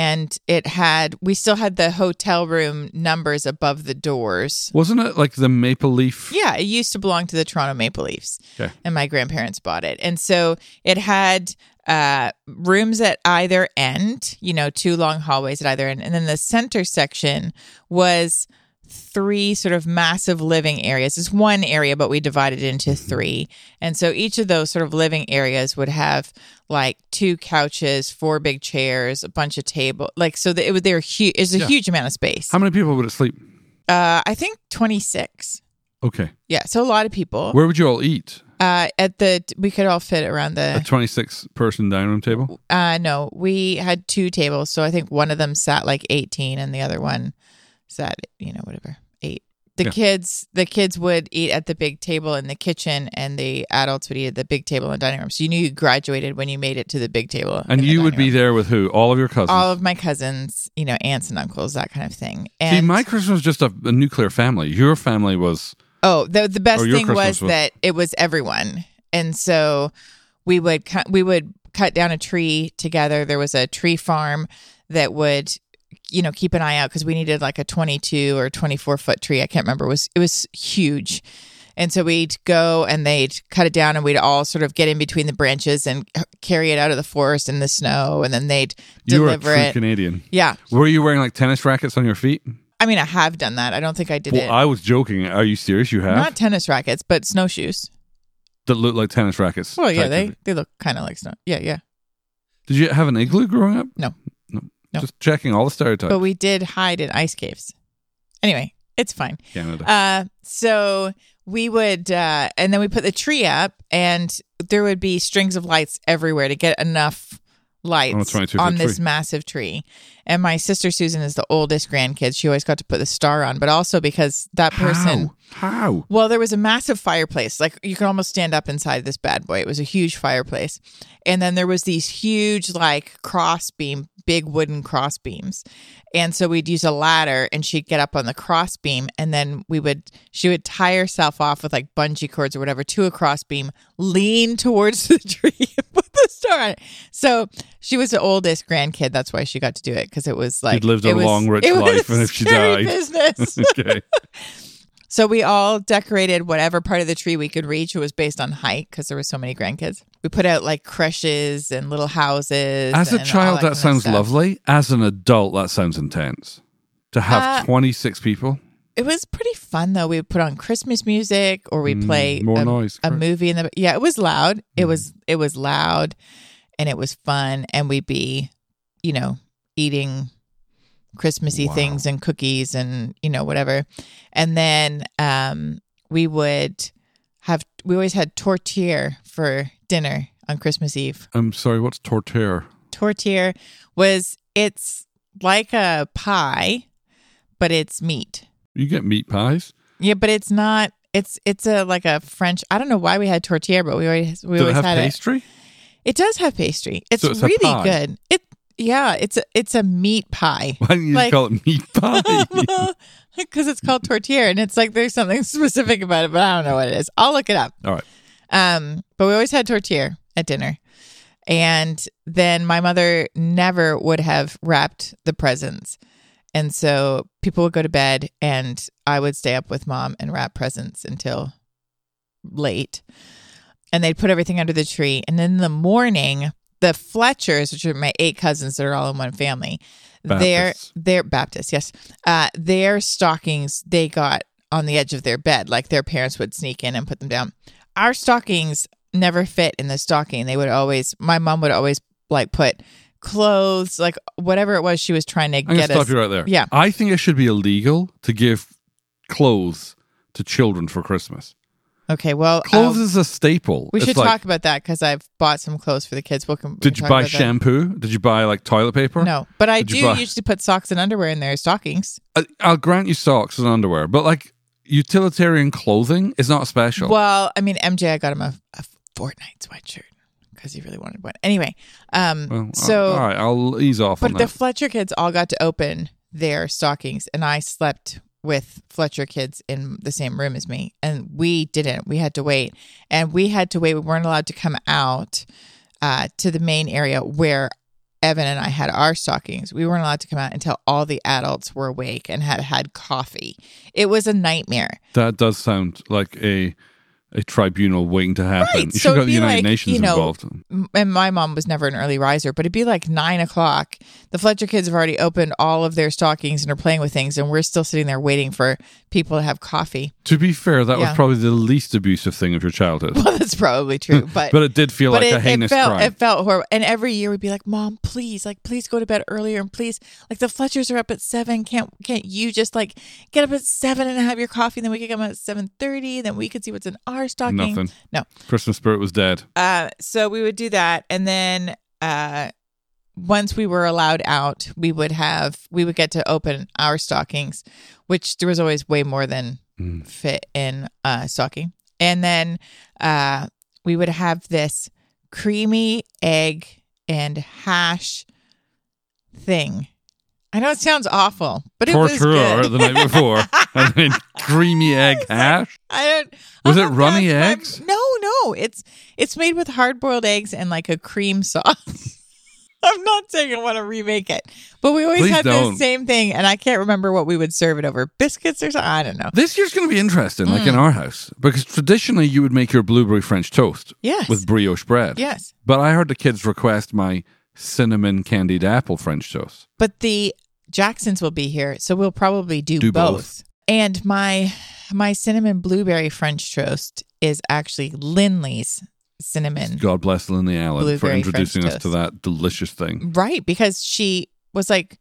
Speaker 3: and it had we still had the hotel room numbers above the doors.
Speaker 2: Wasn't it like the maple leaf?
Speaker 3: Yeah, it used to belong to the Toronto Maple Leafs,
Speaker 2: Okay.
Speaker 3: and my grandparents bought it, and so it had uh, rooms at either end, you know, two long hallways at either end, and then the center section was three sort of massive living areas. It's one area, but we divided it into
Speaker 2: Mm-hmm.
Speaker 3: three, and so each of those sort of living areas would have like two couches, four big chairs, a bunch of table, like so that it was they were huge. It's a
Speaker 2: Yeah.
Speaker 3: huge amount of space.
Speaker 2: How many people would it sleep?
Speaker 3: Uh, I think twenty six.
Speaker 2: Okay.
Speaker 3: Yeah, so a lot of people.
Speaker 2: Where would you all eat?
Speaker 3: Uh, at the we could all fit around
Speaker 2: A
Speaker 3: the.
Speaker 2: 26 person dining room table?
Speaker 3: Uh, no, we had two tables, so I think one of them sat like eighteen, and the other one sat you know whatever eight. The
Speaker 2: Yeah.
Speaker 3: kids, the kids would eat at the big table in the kitchen, and the adults would eat at the big table in the dining room. So you knew you graduated when you made it to the big table,
Speaker 2: And
Speaker 3: in the
Speaker 2: you would
Speaker 3: dining
Speaker 2: be
Speaker 3: room.
Speaker 2: there with who? All of your cousins.
Speaker 3: all of my cousins, you know, aunts and uncles, that kind of thing. And
Speaker 2: See, my Christmas was just a, a nuclear family. Your family was
Speaker 3: Oh, the the best
Speaker 2: Or your
Speaker 3: thing was,
Speaker 2: Christmas was-
Speaker 3: that it was everyone, and so we would cut we would cut down a tree together. There was a tree farm that would you know keep an eye out because we needed like a twenty two or twenty four foot tree. I can't remember. It was it was huge. And so we'd go and they'd cut it down, and we'd all sort of get in between the branches and carry it out of the forest in the snow. And then they'd
Speaker 2: you were a
Speaker 3: deliver
Speaker 2: true
Speaker 3: it.
Speaker 2: Canadian.
Speaker 3: Yeah.
Speaker 2: Were you wearing like tennis rackets on your feet?
Speaker 3: I mean, I have done that. I don't think I did
Speaker 2: Well,
Speaker 3: it.
Speaker 2: I was joking. Are you serious? You have
Speaker 3: Not tennis rackets, but snowshoes.
Speaker 2: that looked like tennis rackets.
Speaker 3: Well, yeah,
Speaker 2: type
Speaker 3: they,
Speaker 2: of-
Speaker 3: they look kind of like snow. Yeah, yeah.
Speaker 2: Did you have an igloo growing up?
Speaker 3: No.
Speaker 2: No.
Speaker 3: No.
Speaker 2: Just checking all the stereotypes.
Speaker 3: But we did hide in ice caves. Anyway, it's fine.
Speaker 2: Canada.
Speaker 3: Uh, so we would, uh, and then we put the tree up, and there would be strings of lights everywhere to get enough lights
Speaker 2: 22 foot
Speaker 3: on this
Speaker 2: tree.
Speaker 3: massive tree. And my sister Susan is the oldest grandkid. She always got to put the star on, but also because that person
Speaker 2: How? How?
Speaker 3: well, there was a massive fireplace. Like you could almost stand up inside this bad boy. It was a huge fireplace. And then there was these huge like cross beam, big wooden cross beams. And so we'd use a ladder and she'd get up on the cross beam and then we would she would tie herself off with like bungee cords or whatever to a cross beam, lean towards the tree and put the star on it. So she was the oldest grandkid. That's why she got to do it because it was like
Speaker 2: lived a
Speaker 3: it was-
Speaker 2: long, rich
Speaker 3: it was
Speaker 2: life, and if she
Speaker 3: scary
Speaker 2: died-
Speaker 3: business.
Speaker 2: Okay.
Speaker 3: So we all decorated whatever part of the tree we could reach. It was based on height because there were so many grandkids. We put out like creches and little houses.
Speaker 2: As a
Speaker 3: and all
Speaker 2: child, that,
Speaker 3: kind of
Speaker 2: sounds
Speaker 3: stuff.
Speaker 2: lovely. As an adult, that sounds intense. To have
Speaker 3: Uh,
Speaker 2: 26 people,
Speaker 3: It was pretty fun though. We would put on Christmas music or we
Speaker 2: Mm,
Speaker 3: play
Speaker 2: more
Speaker 3: a,
Speaker 2: noise,
Speaker 3: a
Speaker 2: correct.
Speaker 3: movie in the yeah. It was loud. It
Speaker 2: Mhm.
Speaker 3: was it was loud, and it was fun. And we'd be, you know, eating Christmassy
Speaker 2: Wow.
Speaker 3: things and cookies and you know whatever. And then um, we would have we always had tortilla for dinner on Christmas Eve.
Speaker 2: I'm sorry, what's torture?
Speaker 3: Tortilla was it's like a pie, but it's meat.
Speaker 2: You get meat pies?
Speaker 3: Yeah, but it's not. It's it's a like a French. I don't know why we had tortilla, but we always we
Speaker 2: Do they
Speaker 3: always
Speaker 2: have
Speaker 3: had
Speaker 2: pastry?
Speaker 3: it. It does have pastry. It's,
Speaker 2: So it's a pie.
Speaker 3: really good. It yeah, it's a it's a meat pie.
Speaker 2: Why didn't you
Speaker 3: Like-
Speaker 2: call it meat pie?
Speaker 3: Because it's called tortilla, and it's like there's something specific about it, but I don't know what it is. I'll look it up.
Speaker 2: All right.
Speaker 3: Um, but we always had tortilla at dinner, and then my mother never would have wrapped the presents, and so people would go to bed, and I would stay up with mom and wrap presents until late, and they'd put everything under the tree, and then in the morning. The Fletchers, which are my eight cousins that are all in one family, their
Speaker 2: Baptists.
Speaker 3: their Baptist, yes, uh, their stockings they got on the edge of their bed, like their parents would sneak in and put them down. Our stockings never fit in the stocking. They would always, my mom would always like put clothes, like whatever it was she was trying to
Speaker 2: I'm going
Speaker 3: get
Speaker 2: to stop
Speaker 3: us.
Speaker 2: you right there.
Speaker 3: Yeah.
Speaker 2: I think it should be illegal to give clothes to children for Christmas.
Speaker 3: Okay, well,
Speaker 2: Clothes
Speaker 3: um,
Speaker 2: is a staple.
Speaker 3: Oh. we
Speaker 2: It's
Speaker 3: should
Speaker 2: like,
Speaker 3: talk about that because I've bought some clothes for the kids. We'll com- we
Speaker 2: Did
Speaker 3: can
Speaker 2: you
Speaker 3: talk
Speaker 2: buy
Speaker 3: about that.
Speaker 2: shampoo? Did you buy like toilet paper?
Speaker 3: No, but I
Speaker 2: Did
Speaker 3: do
Speaker 2: you buy-
Speaker 3: usually put socks and underwear in their stockings.
Speaker 2: I, I'll grant you socks and underwear, but like utilitarian clothing is not special.
Speaker 3: Well, I mean, MJ, I got him a, a Fortnite sweatshirt because he really wanted one. Anyway, um,
Speaker 2: Well,
Speaker 3: so
Speaker 2: all right, I'll ease off
Speaker 3: but
Speaker 2: on
Speaker 3: the
Speaker 2: that.
Speaker 3: Fletcher kids all got to open their stockings, and I slept with Fletcher kids in the same room as me, and we didn't. We had to wait, and we had to wait. We weren't allowed to come out uh, to the main area where Evan and I had our stockings. We weren't allowed to come out until all the adults were awake and had had coffee. It was a nightmare.
Speaker 2: that does sound like a a tribunal waiting to happen.
Speaker 3: Right,
Speaker 2: You should
Speaker 3: so
Speaker 2: have got
Speaker 3: it'd
Speaker 2: the
Speaker 3: be
Speaker 2: United
Speaker 3: like,
Speaker 2: Nations
Speaker 3: you know,
Speaker 2: involved.
Speaker 3: m- and my mom was never an early riser, but it'd be like nine o'clock. The Fletcher kids have already opened all of their stockings and are playing with things, and we're still sitting there waiting for people to have coffee.
Speaker 2: To be fair, that was
Speaker 3: yeah.
Speaker 2: probably the least abusive thing of your childhood.
Speaker 3: Well, that's probably true, but
Speaker 2: but it did feel
Speaker 3: but
Speaker 2: like
Speaker 3: it,
Speaker 2: a
Speaker 3: it
Speaker 2: heinous
Speaker 3: felt
Speaker 2: crime.
Speaker 3: it felt horrible. And every year we'd be like, "Mom, please, like, please go to bed earlier, and please, like, the Fletchers are up at seven. Can't can't you just like get up at seven and have your coffee? And then we could come out at seven thirty. Then we could see what's in our stocking.
Speaker 2: Nothing.
Speaker 3: No.
Speaker 2: Christmas spirit was dead.
Speaker 3: Uh, so we would do that, and then uh, once we were allowed out, we would have we would get to open our stockings, which there was always way more than
Speaker 2: Mm.
Speaker 3: fit in a stocking, and then uh, we would have this creamy egg and hash thing. I know it sounds awful, but it was
Speaker 2: Torture
Speaker 3: good.
Speaker 2: the night before, and then creamy egg hash.
Speaker 3: I don't.
Speaker 2: Was
Speaker 3: I'll
Speaker 2: it
Speaker 3: have to
Speaker 2: runny
Speaker 3: ask my-
Speaker 2: eggs?
Speaker 3: No, no. It's it's made with hard boiled eggs and like a cream sauce. I'm not saying I want to remake it, but we always
Speaker 2: Please
Speaker 3: had
Speaker 2: don't.
Speaker 3: the same thing, and I can't remember what we would serve it over biscuits or something. I don't know.
Speaker 2: This year's going to be interesting, like
Speaker 3: Mm.
Speaker 2: in our house, because traditionally you would make your blueberry French toast
Speaker 3: Yes.
Speaker 2: with brioche bread.
Speaker 3: yes.
Speaker 2: But I heard the kids request my cinnamon candied apple French toast.
Speaker 3: But the Jacksons will be here, so we'll probably do,
Speaker 2: Do both.
Speaker 3: both. And my my cinnamon blueberry French toast is actually Lindley's cinnamon.
Speaker 2: God bless Lindy Allen for
Speaker 3: Blueberry French
Speaker 2: introducing us to
Speaker 3: toast.
Speaker 2: that delicious thing.
Speaker 3: Right, because she was like, it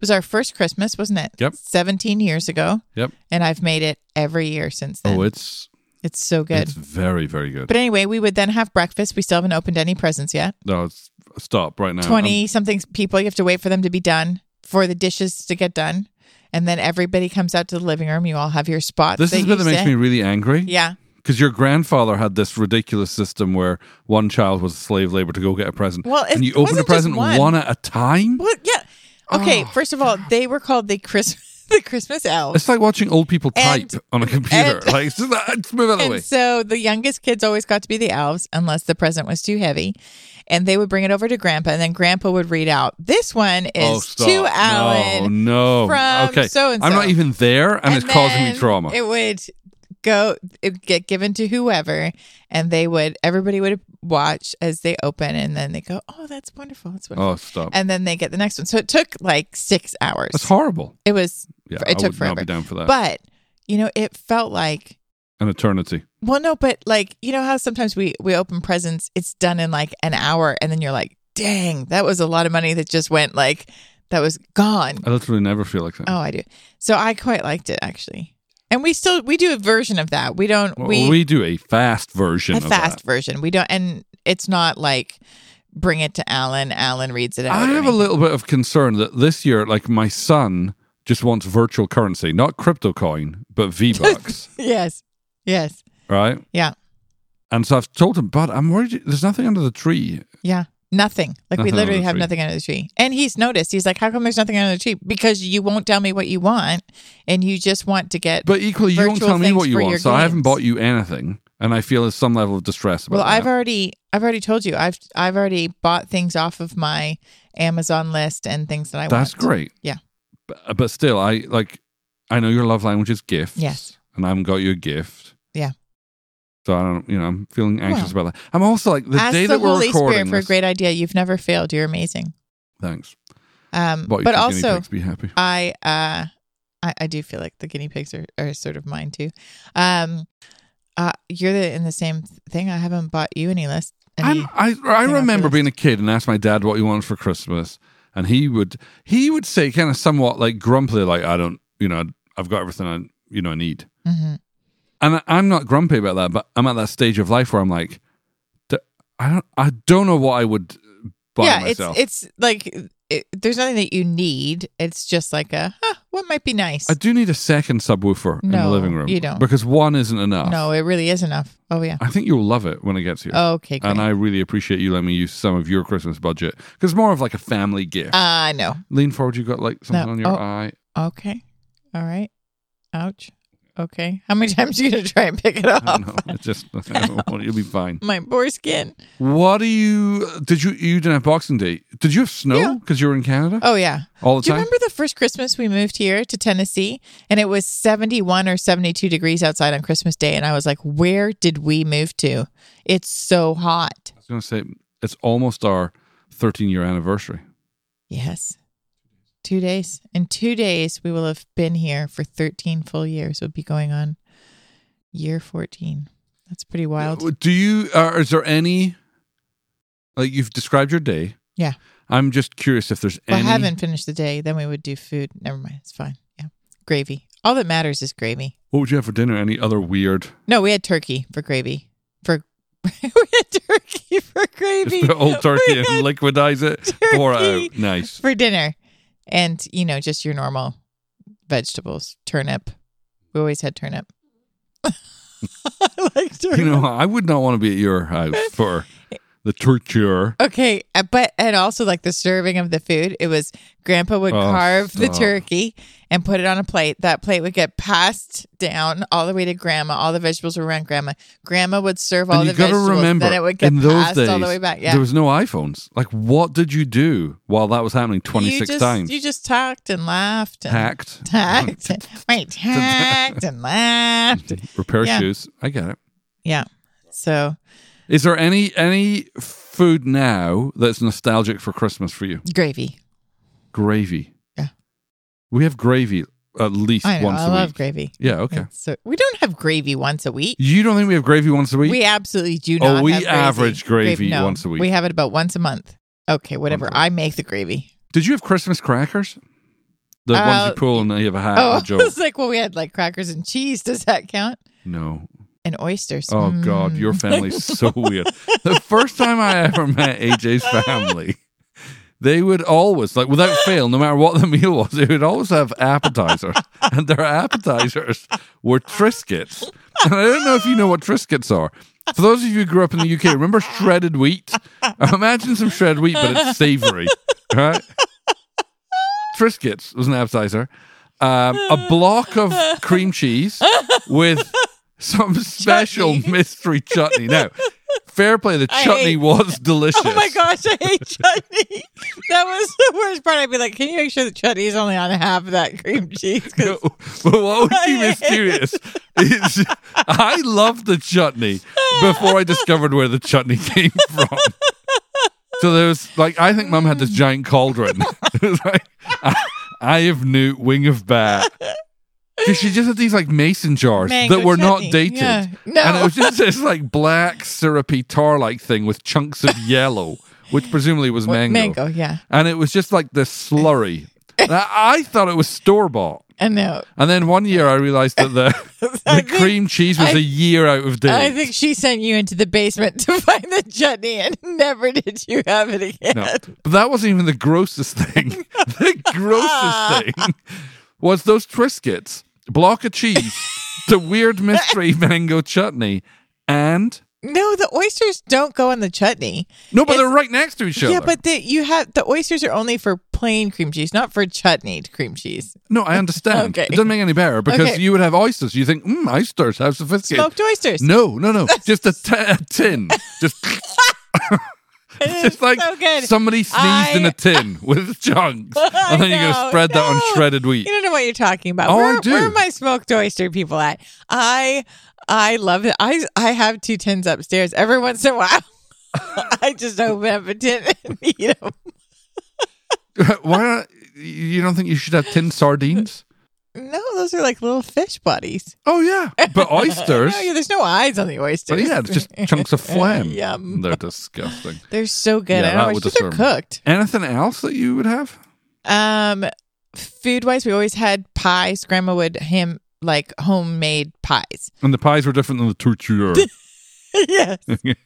Speaker 3: was our first Christmas, wasn't it?
Speaker 2: Yep.
Speaker 3: 17 years ago.
Speaker 2: Yep.
Speaker 3: And I've made it every year since then.
Speaker 2: Oh, it's
Speaker 3: it's so good.
Speaker 2: it's very very good.
Speaker 3: but anyway, we would then have breakfast. We still haven't opened any presents yet.
Speaker 2: No, it's stop right now. Um,
Speaker 3: 20 something people. You have to wait for them to be done, for the dishes to get done. And then everybody comes out to the living room. You all have your spots.
Speaker 2: This is
Speaker 3: you
Speaker 2: what that makes
Speaker 3: sit.
Speaker 2: me really angry.
Speaker 3: Yeah.
Speaker 2: Because your grandfather had this ridiculous system where one child was slave labor to go get a present.
Speaker 3: Well, it
Speaker 2: and you open a
Speaker 3: wasn't just
Speaker 2: present
Speaker 3: one.
Speaker 2: at a time.
Speaker 3: Well, yeah.
Speaker 2: Oh,
Speaker 3: Okay. first of all, they were called the Christmas, the Christmas elves.
Speaker 2: It's like watching old people type
Speaker 3: And-
Speaker 2: on a computer.
Speaker 3: and-
Speaker 2: like, just, uh, just move out of the way.
Speaker 3: And so the youngest kids always got to be the elves unless the present was too heavy. And they would bring it over to grandpa and then grandpa would read out, this one is
Speaker 2: Oh, stop.
Speaker 3: to Alan.
Speaker 2: No, no.
Speaker 3: from
Speaker 2: okay,
Speaker 3: so-and-so.
Speaker 2: I'm not even there, and, it's causing me
Speaker 3: then
Speaker 2: trauma.
Speaker 3: It would go it would get given to whoever and they would everybody would watch as they open and then they go, Oh, that's wonderful. That's wonderful.
Speaker 2: oh, stop.
Speaker 3: And then they get the next one. So it took like six hours.
Speaker 2: That's horrible.
Speaker 3: It was
Speaker 2: Yeah,
Speaker 3: it
Speaker 2: I
Speaker 3: took
Speaker 2: would
Speaker 3: forever.
Speaker 2: not be down for that.
Speaker 3: But you know, it felt like
Speaker 2: An eternity.
Speaker 3: Well, no, but like you know how sometimes we we open presents, it's done in like an hour, and then you're like, "Dang, that was a lot of money that just went like that was gone."
Speaker 2: I literally never feel like that.
Speaker 3: Oh, I do. So I quite liked it actually, and we still we do a version of that. We don't
Speaker 2: Well,
Speaker 3: we,
Speaker 2: we, do a fast version
Speaker 3: a
Speaker 2: of
Speaker 3: fast
Speaker 2: that.
Speaker 3: version. We don't, and it's not like bring it to Alan. Alan reads it out.
Speaker 2: I
Speaker 3: or
Speaker 2: have a
Speaker 3: anything.
Speaker 2: little bit of concern that this year, like my son just wants virtual currency, not crypto coin, but V Bucks,
Speaker 3: yes, yes,
Speaker 2: right?
Speaker 3: Yeah.
Speaker 2: And so I've told him, but I'm worried there's nothing under the tree.
Speaker 3: yeah. Nothing. Like
Speaker 2: Nothing
Speaker 3: we
Speaker 2: under
Speaker 3: literally
Speaker 2: the
Speaker 3: have
Speaker 2: tree.
Speaker 3: nothing under the tree, and he's noticed. He's like, "How come there's nothing under the tree? Because you won't tell me what you want, and you just want to get."
Speaker 2: But equally, you won't
Speaker 3: Virtual
Speaker 2: tell me
Speaker 3: things
Speaker 2: what you
Speaker 3: for
Speaker 2: want.
Speaker 3: your
Speaker 2: So I haven't
Speaker 3: games.
Speaker 2: bought you anything. And I feel there's some level of distress about
Speaker 3: Well,
Speaker 2: that.
Speaker 3: I've already I've already told you I've I've already bought things off of my Amazon list and things that I
Speaker 2: That's
Speaker 3: want.
Speaker 2: great.
Speaker 3: Yeah.
Speaker 2: But, but still, I like. I know your love language is gifts.
Speaker 3: Yes.
Speaker 2: And I haven't got you a gift.
Speaker 3: Yeah.
Speaker 2: So I don't. You know, I'm feeling anxious about that. I'm also like the
Speaker 3: Ask
Speaker 2: day
Speaker 3: the
Speaker 2: that we're
Speaker 3: Holy
Speaker 2: recording.
Speaker 3: Spirit for a
Speaker 2: this-
Speaker 3: great idea. You've never failed. You're amazing.
Speaker 2: Thanks.
Speaker 3: Um,
Speaker 2: Bought you
Speaker 3: but
Speaker 2: two guinea
Speaker 3: also
Speaker 2: pigs, be happy.
Speaker 3: I uh I, I do feel like the guinea pigs are, are sort of mine too. Um, uh, you're the, in the same thing. I haven't bought you any list. Any,
Speaker 2: I'm, I I
Speaker 3: off your
Speaker 2: remember
Speaker 3: list.
Speaker 2: being a kid and asked my dad what he wanted for Christmas, and he would he would say kind of somewhat like grumpily like I don't you know I've got everything I you know I need.
Speaker 3: Mhm.
Speaker 2: and I- I'm not grumpy about that, but I'm at that stage of life where I'm like, "D- I don't, I don't know what I would buy
Speaker 3: yeah,
Speaker 2: myself.
Speaker 3: it's it's like it, there's nothing that you need. It's just like a huh, what might be nice.
Speaker 2: I do need a second subwoofer in the
Speaker 3: No,
Speaker 2: living room.
Speaker 3: you don't.
Speaker 2: because one isn't enough.
Speaker 3: No, it really is enough. Oh yeah.
Speaker 2: I think you'll love it when it gets here.
Speaker 3: Okay. Great.
Speaker 2: and I really appreciate you letting me use some of your Christmas budget because more of like a family gift.
Speaker 3: I know.
Speaker 2: Lean forward, you've got like something
Speaker 3: Uh, No.
Speaker 2: on your
Speaker 3: Oh.
Speaker 2: eye.
Speaker 3: Okay. All right. Ouch. Okay. How many times are you gonna try and pick it
Speaker 2: I
Speaker 3: off?
Speaker 2: don't know. It just I don't want it. you'll be fine.
Speaker 3: My boar skin.
Speaker 2: What do you? Did you? You didn't have Boxing Day? Did you have
Speaker 3: Yeah.
Speaker 2: snow because you were in Canada
Speaker 3: Oh yeah.
Speaker 2: all the
Speaker 3: Do you
Speaker 2: time?
Speaker 3: remember the first Christmas we moved here to Tennessee and it was 71 or 72 degrees outside on Christmas Day? And I was like, where did we move to? It's so hot.
Speaker 2: I was going to say it's almost our 13 year anniversary.
Speaker 3: Yes. Two days. In two days, we will have been here for 13 full years. We'll be going on year 14. That's pretty wild.
Speaker 2: Do you? Uh, is there any? Like you've described your day.
Speaker 3: Yeah.
Speaker 2: I'm just curious if there's
Speaker 3: Well,
Speaker 2: any.
Speaker 3: haven't finished the day. Then we would do food. Never mind. It's fine. Yeah. Gravy. All that matters is gravy.
Speaker 2: What would you have for dinner? Any other weird?
Speaker 3: No, we had turkey for gravy. For we had turkey for gravy.
Speaker 2: Just put old turkey
Speaker 3: We
Speaker 2: and
Speaker 3: had
Speaker 2: liquidize it. Pour it
Speaker 3: turkey
Speaker 2: out. Nice.
Speaker 3: for dinner, and you know just your normal vegetables. Turnip. We always had turnip. I like turnip.
Speaker 2: You know, I would not want to be at your house for the torture.
Speaker 3: Okay, uh, but and also like the serving of the food, it was Grandpa would
Speaker 2: Oh,
Speaker 3: carve the
Speaker 2: stop.
Speaker 3: turkey and put it on a plate. That plate would get passed down all the way to Grandma. All the vegetables were around Grandma. Grandma would serve all
Speaker 2: and
Speaker 3: the
Speaker 2: you got to
Speaker 3: vegetables,
Speaker 2: remember,
Speaker 3: then it would get
Speaker 2: in those
Speaker 3: passed
Speaker 2: days,
Speaker 3: all the way back. Yeah,
Speaker 2: there was no iPhones. Like, what did you do while that was happening? Twenty
Speaker 3: you
Speaker 2: six
Speaker 3: just,
Speaker 2: times.
Speaker 3: You just talked and laughed and
Speaker 2: Hacked.
Speaker 3: tacked, right? Tacked and laughed.
Speaker 2: Mm, Repair
Speaker 3: Yeah.
Speaker 2: shoes. I get it.
Speaker 3: Yeah. So
Speaker 2: Is there any any food now that's nostalgic for Christmas for you?
Speaker 3: gravy.
Speaker 2: Gravy.
Speaker 3: Yeah.
Speaker 2: We have gravy at least
Speaker 3: I know.
Speaker 2: once
Speaker 3: I
Speaker 2: a
Speaker 3: love
Speaker 2: week.
Speaker 3: gravy.
Speaker 2: Yeah, okay.
Speaker 3: It's So we don't have gravy once a week.
Speaker 2: You don't think we have gravy once a week?
Speaker 3: We absolutely do
Speaker 2: Oh,
Speaker 3: not.
Speaker 2: we
Speaker 3: have gravy.
Speaker 2: average gravy once a week.
Speaker 3: We have it about once a month. Okay, whatever.
Speaker 2: Once a
Speaker 3: I make the gravy.
Speaker 2: Did you have Christmas crackers? The ones
Speaker 3: Uh,
Speaker 2: you pull and you have Ah, a hat
Speaker 3: Oh,
Speaker 2: or a
Speaker 3: it's
Speaker 2: joke.
Speaker 3: like, well, we had like crackers and cheese. Does that count?
Speaker 2: No.
Speaker 3: and oysters.
Speaker 2: Oh God, your
Speaker 3: Mm.
Speaker 2: family's so weird. The first time I ever met AJ's family, they would always, like without fail, no matter what the meal was, they would always have appetizers. And their appetizers were Triscuits. And I don't know if you know what Triscuits are. For those of you who grew up in the UK, remember shredded wheat? Imagine some shredded wheat, but it's savory, right? Triscuits was an appetizer. Um, a block of cream cheese with some special
Speaker 3: Chutney.
Speaker 2: mystery chutney. Now, fair play, the
Speaker 3: I
Speaker 2: chutney
Speaker 3: hate-
Speaker 2: was delicious.
Speaker 3: Oh my gosh, I hate chutney. that was the worst part. I'd be like, can you make sure the chutney is only on half of that cream cheese? 'Cause
Speaker 2: No, but what would be
Speaker 3: I-
Speaker 2: mysterious is I loved the chutney before I discovered where the chutney came from. So there was like I think Mum had this giant cauldron. it was like I- eye of newt, wing of bat. Because she just had these like mason jars
Speaker 3: mango
Speaker 2: that were
Speaker 3: chutney.
Speaker 2: not dated.
Speaker 3: Yeah. No.
Speaker 2: And oh, it was just this like black syrupy tar like thing with chunks of yellow, which presumably was
Speaker 3: What-
Speaker 2: mango.
Speaker 3: mango, yeah.
Speaker 2: And it was just like this slurry. And I I thought it was store bought.
Speaker 3: I know.
Speaker 2: And then one year I realized that the,
Speaker 3: I
Speaker 2: the
Speaker 3: think-
Speaker 2: cream cheese was
Speaker 3: I-
Speaker 2: a year out of date.
Speaker 3: I think she sent you into the basement to find the chutney, and never did you have it again.
Speaker 2: no. But that wasn't even the grossest thing. the grossest thing was those Triscuits, block of cheese, the weird mystery mango chutney, and.
Speaker 3: No, the oysters don't go on the chutney.
Speaker 2: No, but
Speaker 3: It's-
Speaker 2: they're right next to each other.
Speaker 3: Yeah, but the, you have the oysters are only for plain cream cheese, not for chutneyed cream cheese.
Speaker 2: No, I understand.
Speaker 3: Okay.
Speaker 2: It doesn't make any better because
Speaker 3: Okay.
Speaker 2: you would have oysters. You think, mm, oysters, how sophisticated.
Speaker 3: Smoked oysters.
Speaker 2: No, no, no. Just a ti- a tin. Just,
Speaker 3: It is
Speaker 2: just like
Speaker 3: so good.
Speaker 2: somebody sneezed in
Speaker 3: I-
Speaker 2: a tin with chunks. And then you
Speaker 3: know.
Speaker 2: go spread that on
Speaker 3: No.
Speaker 2: shredded wheat.
Speaker 3: You don't know what you're talking about.
Speaker 2: Oh,
Speaker 3: where,
Speaker 2: I do.
Speaker 3: Where are my smoked oyster people at? I I love it. I I have two tins upstairs. Every once in a while, I just open up a tin and eat them.
Speaker 2: Why not? You don't think you should have tin sardines?
Speaker 3: No, those are like little fish buddies.
Speaker 2: Oh, yeah. But oysters.
Speaker 3: No, yeah, there's no eyes on the oysters.
Speaker 2: But yeah, it's just chunks of phlegm.
Speaker 3: Yum.
Speaker 2: They're disgusting.
Speaker 3: They're so good.
Speaker 2: Yeah,
Speaker 3: I
Speaker 2: that
Speaker 3: don't know.
Speaker 2: would
Speaker 3: They're
Speaker 2: disturb me.
Speaker 3: cooked.
Speaker 2: Anything else that you would have?
Speaker 3: Um, food wise, we always had pies. Grandma would ham like homemade pies.
Speaker 2: And the pies were different than the torture.
Speaker 3: yes.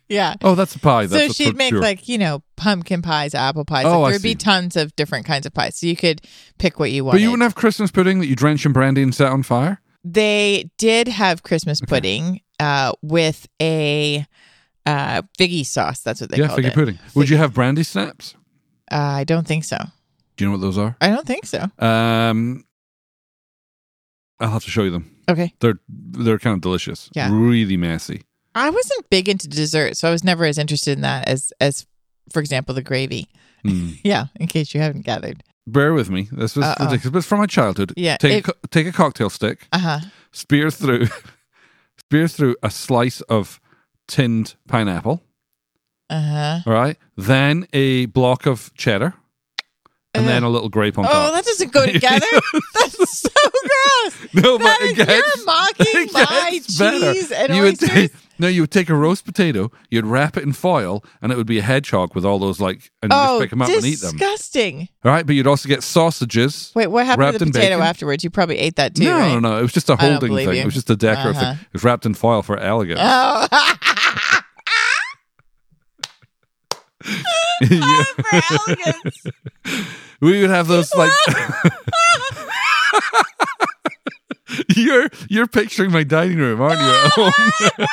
Speaker 3: Yeah.
Speaker 2: oh, that's a pie. That's
Speaker 3: so
Speaker 2: a
Speaker 3: she'd make
Speaker 2: torture.
Speaker 3: like you know pumpkin pies, apple pies.
Speaker 2: Oh,
Speaker 3: like,
Speaker 2: I
Speaker 3: there would
Speaker 2: see.
Speaker 3: be tons of different kinds of pies, so you could pick what you wanted.
Speaker 2: But you wouldn't have Christmas pudding that you drench in brandy and set on fire?
Speaker 3: they did have Christmas pudding uh, with a uh, figgy sauce. That's what they
Speaker 2: yeah,
Speaker 3: called
Speaker 2: figgy
Speaker 3: it.
Speaker 2: pudding. Would you have brandy snaps?
Speaker 3: Uh, I don't think so.
Speaker 2: Do you know what those are?
Speaker 3: I don't think so.
Speaker 2: Um, I'll have to show you them.
Speaker 3: Okay,
Speaker 2: They're they're kind of delicious.
Speaker 3: Yeah.
Speaker 2: Really messy.
Speaker 3: I wasn't big into dessert, so I was never as interested in that as as, for example, the gravy.
Speaker 2: Hmm.
Speaker 3: Yeah, in case you haven't gathered.
Speaker 2: Bear with me. This was
Speaker 3: Uh-oh.
Speaker 2: ridiculous, but it's from my childhood.
Speaker 3: Yeah,
Speaker 2: Take a,
Speaker 3: it-
Speaker 2: co- take a cocktail stick,
Speaker 3: Uh huh.
Speaker 2: spear through, spear through a slice of tinned pineapple.
Speaker 3: Uh huh.
Speaker 2: All right, then a block of cheddar, and then a little grape on
Speaker 3: Uh, Oh,
Speaker 2: top.
Speaker 3: that doesn't go together. That's so gross.
Speaker 2: no,
Speaker 3: That
Speaker 2: but
Speaker 3: is-
Speaker 2: again,
Speaker 3: you're mocking my cheese and
Speaker 2: you would
Speaker 3: oysters.
Speaker 2: take- no, you would take a roast potato, you'd wrap it in foil, and it would be a hedgehog with all those like, and you
Speaker 3: oh,
Speaker 2: just pick them up and eat them.
Speaker 3: disgusting.
Speaker 2: All right, but you'd also get sausages.
Speaker 3: Wait, what happened
Speaker 2: Wrapped
Speaker 3: to the
Speaker 2: in
Speaker 3: potato
Speaker 2: bacon?
Speaker 3: afterwards? You probably ate that too,
Speaker 2: no,
Speaker 3: right?
Speaker 2: no, no, it was just a
Speaker 3: don't
Speaker 2: holding
Speaker 3: believe
Speaker 2: thing.
Speaker 3: you.
Speaker 2: It was just a decorative
Speaker 3: Uh-huh.
Speaker 2: thing. It was wrapped in foil for elegance.
Speaker 3: Oh,
Speaker 2: Yeah.
Speaker 3: for elegance.
Speaker 2: we would have those like. you're you're picturing my dining room, aren't you? At home?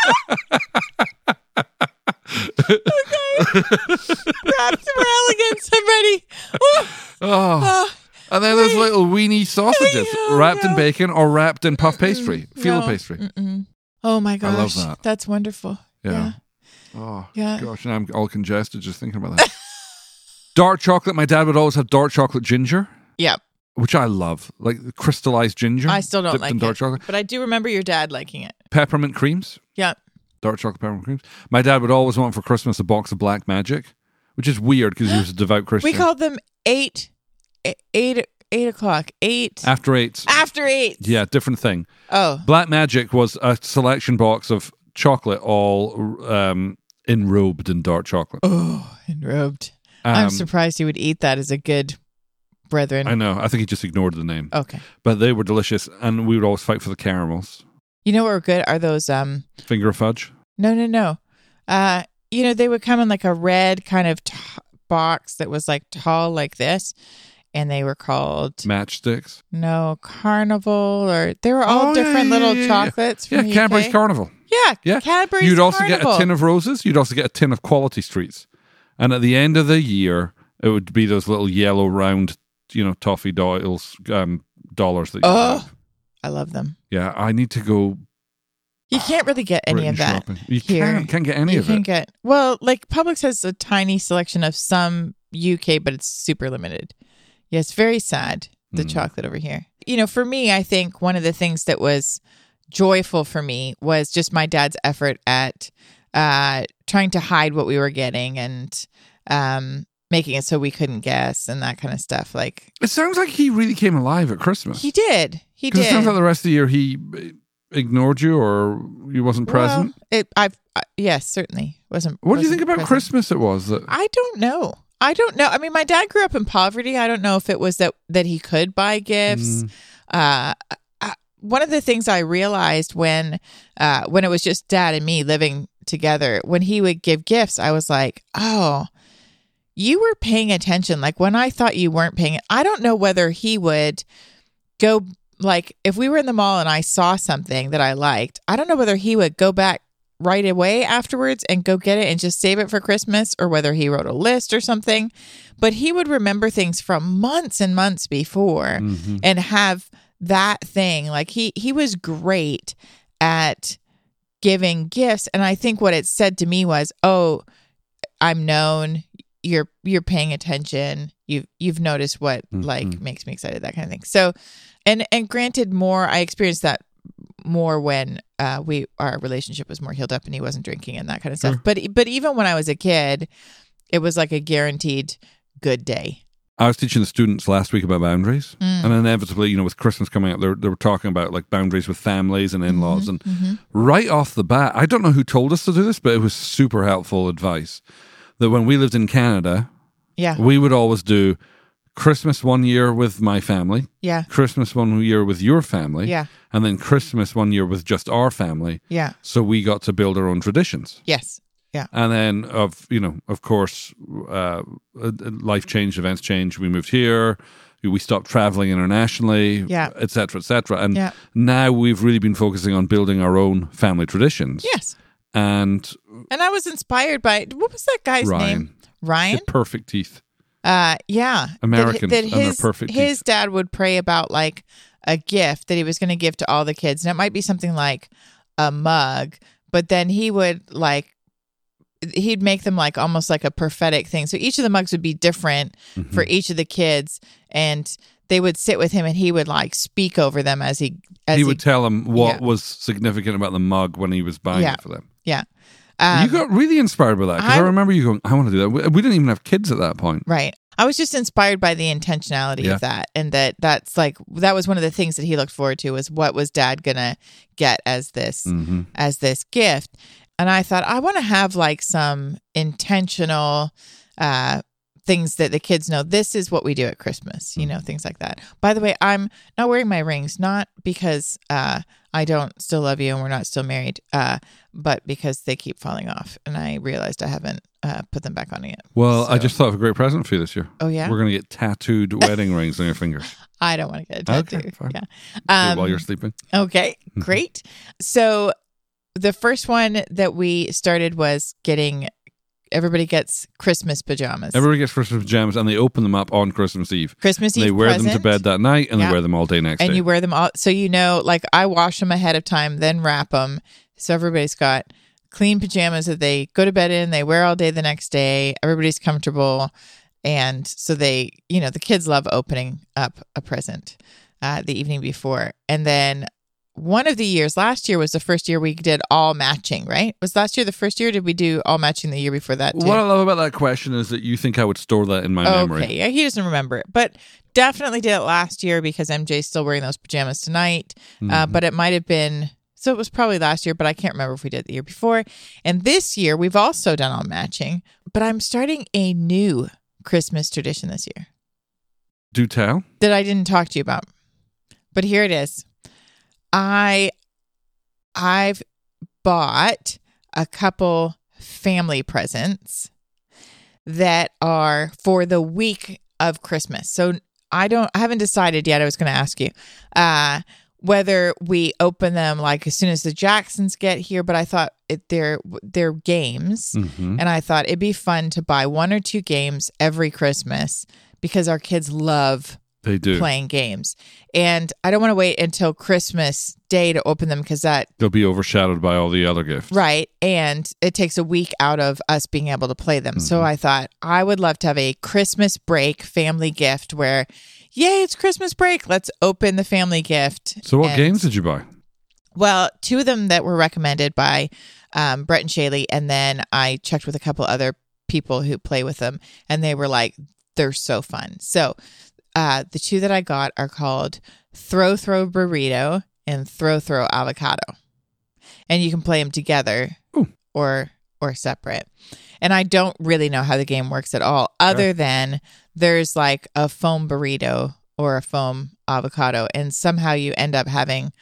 Speaker 3: Wrapped for elegance. I'm ready. Oh,
Speaker 2: Oh,
Speaker 3: oh,
Speaker 2: and then those little weenie sausages
Speaker 3: Oh,
Speaker 2: wrapped in
Speaker 3: no.
Speaker 2: bacon or wrapped in puff pastry, filo
Speaker 3: no.
Speaker 2: pastry.
Speaker 3: Mm-mm. Oh my
Speaker 2: I love
Speaker 3: gosh.
Speaker 2: that.
Speaker 3: That's wonderful.
Speaker 2: Yeah. Oh
Speaker 3: Yeah.
Speaker 2: gosh, and I'm all congested just thinking about that. dark chocolate. My dad would always have dark chocolate ginger,
Speaker 3: Yeah.
Speaker 2: which I love, like crystallized ginger.
Speaker 3: I still don't
Speaker 2: dipped
Speaker 3: like
Speaker 2: in
Speaker 3: it.
Speaker 2: dark chocolate.
Speaker 3: But I do remember your dad liking it.
Speaker 2: Peppermint creams,
Speaker 3: Yeah.
Speaker 2: dark chocolate peppermint creams. My dad would always want for Christmas a box of Black Magic, which is weird because he was a devout Christian.
Speaker 3: We called them eight, eh, eight, eight o'clock, eight
Speaker 2: After eight,
Speaker 3: after eight.
Speaker 2: yeah, different thing.
Speaker 3: Oh,
Speaker 2: Black Magic was a selection box of chocolate, all um, enrobed in dark chocolate.
Speaker 3: oh, and robed.
Speaker 2: Um,
Speaker 3: I'm surprised you would eat that as a good brethren.
Speaker 2: I know. I think he just ignored the name.
Speaker 3: okay.
Speaker 2: But they were delicious, and we would always fight for the caramels.
Speaker 3: You know what were good are those um
Speaker 2: Finger fudge.
Speaker 3: no no no. Uh you know they would come in like a red kind of t- box that was like tall like this and they were called
Speaker 2: Matchsticks.
Speaker 3: no carnival or they were all
Speaker 2: Oh, yeah,
Speaker 3: different
Speaker 2: yeah,
Speaker 3: little
Speaker 2: yeah, yeah.
Speaker 3: chocolates from
Speaker 2: Yeah,
Speaker 3: the
Speaker 2: Cadbury's
Speaker 3: UK.
Speaker 2: Carnival.
Speaker 3: yeah,
Speaker 2: Yeah.
Speaker 3: Cadbury's
Speaker 2: You'd also
Speaker 3: carnival.
Speaker 2: get a tin of roses. You'd also get a tin of quality streets. And at the end of the year, it would be those little yellow round, you know, toffee dollars, um, dollars that you
Speaker 3: Oh.
Speaker 2: have.
Speaker 3: I love them.
Speaker 2: Yeah, I need to go
Speaker 3: You can't really get any
Speaker 2: Britain
Speaker 3: of that.
Speaker 2: shopping. You
Speaker 3: here.
Speaker 2: can't, can't get any
Speaker 3: you
Speaker 2: of
Speaker 3: can
Speaker 2: it.
Speaker 3: get well, like Publix has a tiny selection of some UK, but it's super limited. Yes, very sad. The
Speaker 2: Mm.
Speaker 3: chocolate over here. You know, for me, I think one of the things that was joyful for me was just my dad's effort at uh, trying to hide what we were getting and um, making it so we couldn't guess and that kind of stuff. Like
Speaker 2: It sounds like he really came alive at Christmas.
Speaker 3: he did, he
Speaker 2: Because
Speaker 3: did.
Speaker 2: it sounds like the rest of the year he eh, ignored you or you wasn't present.
Speaker 3: Well, it, I've I, yes, certainly wasn't.
Speaker 2: what do you
Speaker 3: wasn't
Speaker 2: think about
Speaker 3: present.
Speaker 2: Christmas it was that
Speaker 3: I don't know. I don't know. I mean, my dad grew up in poverty. I don't know if it was that that he could buy gifts.
Speaker 2: Mm,
Speaker 3: Uh, I, one of the things I realized when uh, when it was just dad and me living together, when he would give gifts, I was like, oh. You were paying attention. Like when I thought you weren't paying, I don't know whether he would go, like, if we were in the mall and I saw something that I liked, I don't know whether he would go back right away afterwards and go get it and just save it for Christmas or whether he wrote a list or something. But he would remember things from months and months before
Speaker 2: mhm.
Speaker 3: and have that thing. Like he he was great at giving gifts and I think what it said to me was, "Oh, I'm known. You're you're paying attention. You've you've noticed what like
Speaker 2: Mhm.
Speaker 3: makes me excited that kind of thing." So and and granted more I experienced that more when uh, we our relationship was more healed up and he wasn't drinking and that kind of stuff.
Speaker 2: Sure.
Speaker 3: But but even when I was a kid, it was like a guaranteed good day.
Speaker 2: I was teaching the students last week about boundaries.
Speaker 3: Mm.
Speaker 2: And inevitably, you know, with Christmas coming up, they were, they were talking about like boundaries with families and in laws. And
Speaker 3: Mhm.
Speaker 2: right off the bat, I don't know who told us to do this, but it was super helpful advice that when we lived in Canada,
Speaker 3: Yeah.
Speaker 2: we would always do Christmas one year with my family,
Speaker 3: Yeah.
Speaker 2: Christmas one year with your family,
Speaker 3: Yeah.
Speaker 2: and then Christmas one year with just our family.
Speaker 3: Yeah.
Speaker 2: So we got to build our own traditions.
Speaker 3: Yes.
Speaker 2: And then, of you know, of course, uh, uh, life changed, events changed. We moved here. We stopped traveling internationally,
Speaker 3: Yeah.
Speaker 2: et cetera, et cetera. And
Speaker 3: Yeah.
Speaker 2: now we've really been focusing on building our own family traditions.
Speaker 3: Yes.
Speaker 2: And
Speaker 3: And I was inspired by what was that guy's
Speaker 2: Ryan,
Speaker 3: name? Ryan.
Speaker 2: the perfect teeth.
Speaker 3: Uh, yeah. That hi-
Speaker 2: Americans
Speaker 3: That,
Speaker 2: and their
Speaker 3: his
Speaker 2: perfect
Speaker 3: his
Speaker 2: teeth.
Speaker 3: dad would pray about like a gift that he was going to give to all the kids, and it might be something like a mug, but then he would like he'd make them like almost like a prophetic thing. So each of the mugs would be different
Speaker 2: Mm-hmm.
Speaker 3: for each of the kids, and they would sit with him, and he would like speak over them as he as
Speaker 2: he would tell them what
Speaker 3: yeah.
Speaker 2: was significant about the mug when he was buying
Speaker 3: Yeah.
Speaker 2: it for them.
Speaker 3: yeah. Um,
Speaker 2: you got really inspired by that because I,
Speaker 3: I-
Speaker 2: remember you going, "I want to do that." We, we didn't even have kids at that point.
Speaker 3: Right. I was just inspired by the intentionality
Speaker 2: Yeah.
Speaker 3: of that and that that's like that was one of the things that he looked forward to was what was dad going to get as this
Speaker 2: Mm-hmm.
Speaker 3: as this gift. And I thought I want to have like some intentional uh things that the kids know this is what we do at Christmas, you know, things like that. By the way, I'm not wearing my rings not because uh I don't still love you and we're not still married, uh but because they keep falling off and I realized I haven't uh put them back on yet.
Speaker 2: Well, I
Speaker 3: So-
Speaker 2: just thought of a great present for you this year.
Speaker 3: Oh yeah.
Speaker 2: We're going to get tattooed wedding rings on your fingers
Speaker 3: I don't want to get a
Speaker 2: Okay,
Speaker 3: tattoo.
Speaker 2: fine.
Speaker 3: Yeah.
Speaker 2: Do it while
Speaker 3: Um,
Speaker 2: you're Mm-hmm. sleeping.
Speaker 3: okay, great. So the first one that we started was getting everybody gets Christmas pajamas.
Speaker 2: Everybody gets Christmas pajamas and they open them up on Christmas Eve.
Speaker 3: Christmas Eve
Speaker 2: they wear them to
Speaker 3: present,
Speaker 2: bed that night and
Speaker 3: Yeah.
Speaker 2: they wear them all day next
Speaker 3: and
Speaker 2: day.
Speaker 3: you wear them all. So you know, like I wash them ahead of time, then wrap them. So everybody's got clean pajamas that they go to bed in. They wear all day the next day. Everybody's comfortable, and so they, you know, the kids love opening up a present uh, the evening before, and then. One of the years last year was the first year we did all matching, right? Was last year the first year? Did we do all matching the year before that? Too?
Speaker 2: what I love about that question is that you think I would store that in my memory.
Speaker 3: Okay, yeah, he doesn't remember it, but definitely did it last year because MJ's still wearing those pajamas tonight.
Speaker 2: Mm-hmm.
Speaker 3: Uh, but it might have been so it was probably last year, but I can't remember if we did it the year before. And this year we've also done all matching, but I'm starting a new Christmas tradition this year
Speaker 2: Do tell.
Speaker 3: that I didn't talk to you about. But here it is. I I've bought a couple family presents that are for the week of Christmas. So I don't I haven't decided yet. I was going to ask you uh whether we open them like as soon as the Jacksons get here, but I thought it, they're they're games
Speaker 2: Mm-hmm.
Speaker 3: and I thought it'd be fun to buy one or two games every Christmas because our kids love
Speaker 2: They do.
Speaker 3: playing games. And I don't want to wait until Christmas Day to open them because that,
Speaker 2: They'll be overshadowed by all the other gifts.
Speaker 3: right. And it takes a week out of us being able to play them.
Speaker 2: Mm-hmm.
Speaker 3: So I thought I would love to have a Christmas break family gift where, yay, it's Christmas break. Let's open the family gift.
Speaker 2: So what
Speaker 3: And-
Speaker 2: games did you buy?
Speaker 3: Well, two of them that were recommended by um, Brett and Shaley, and then I checked with a couple other people who play with them, and they were like, "They're so fun." So, uh, the two that I got are called Throw Throw Burrito and Throw Throw Avocado, and you can play them together
Speaker 2: Ooh.
Speaker 3: or or separate. And I don't really know how the game works at all, other than there's like a foam burrito or a foam avocado, and somehow you end up having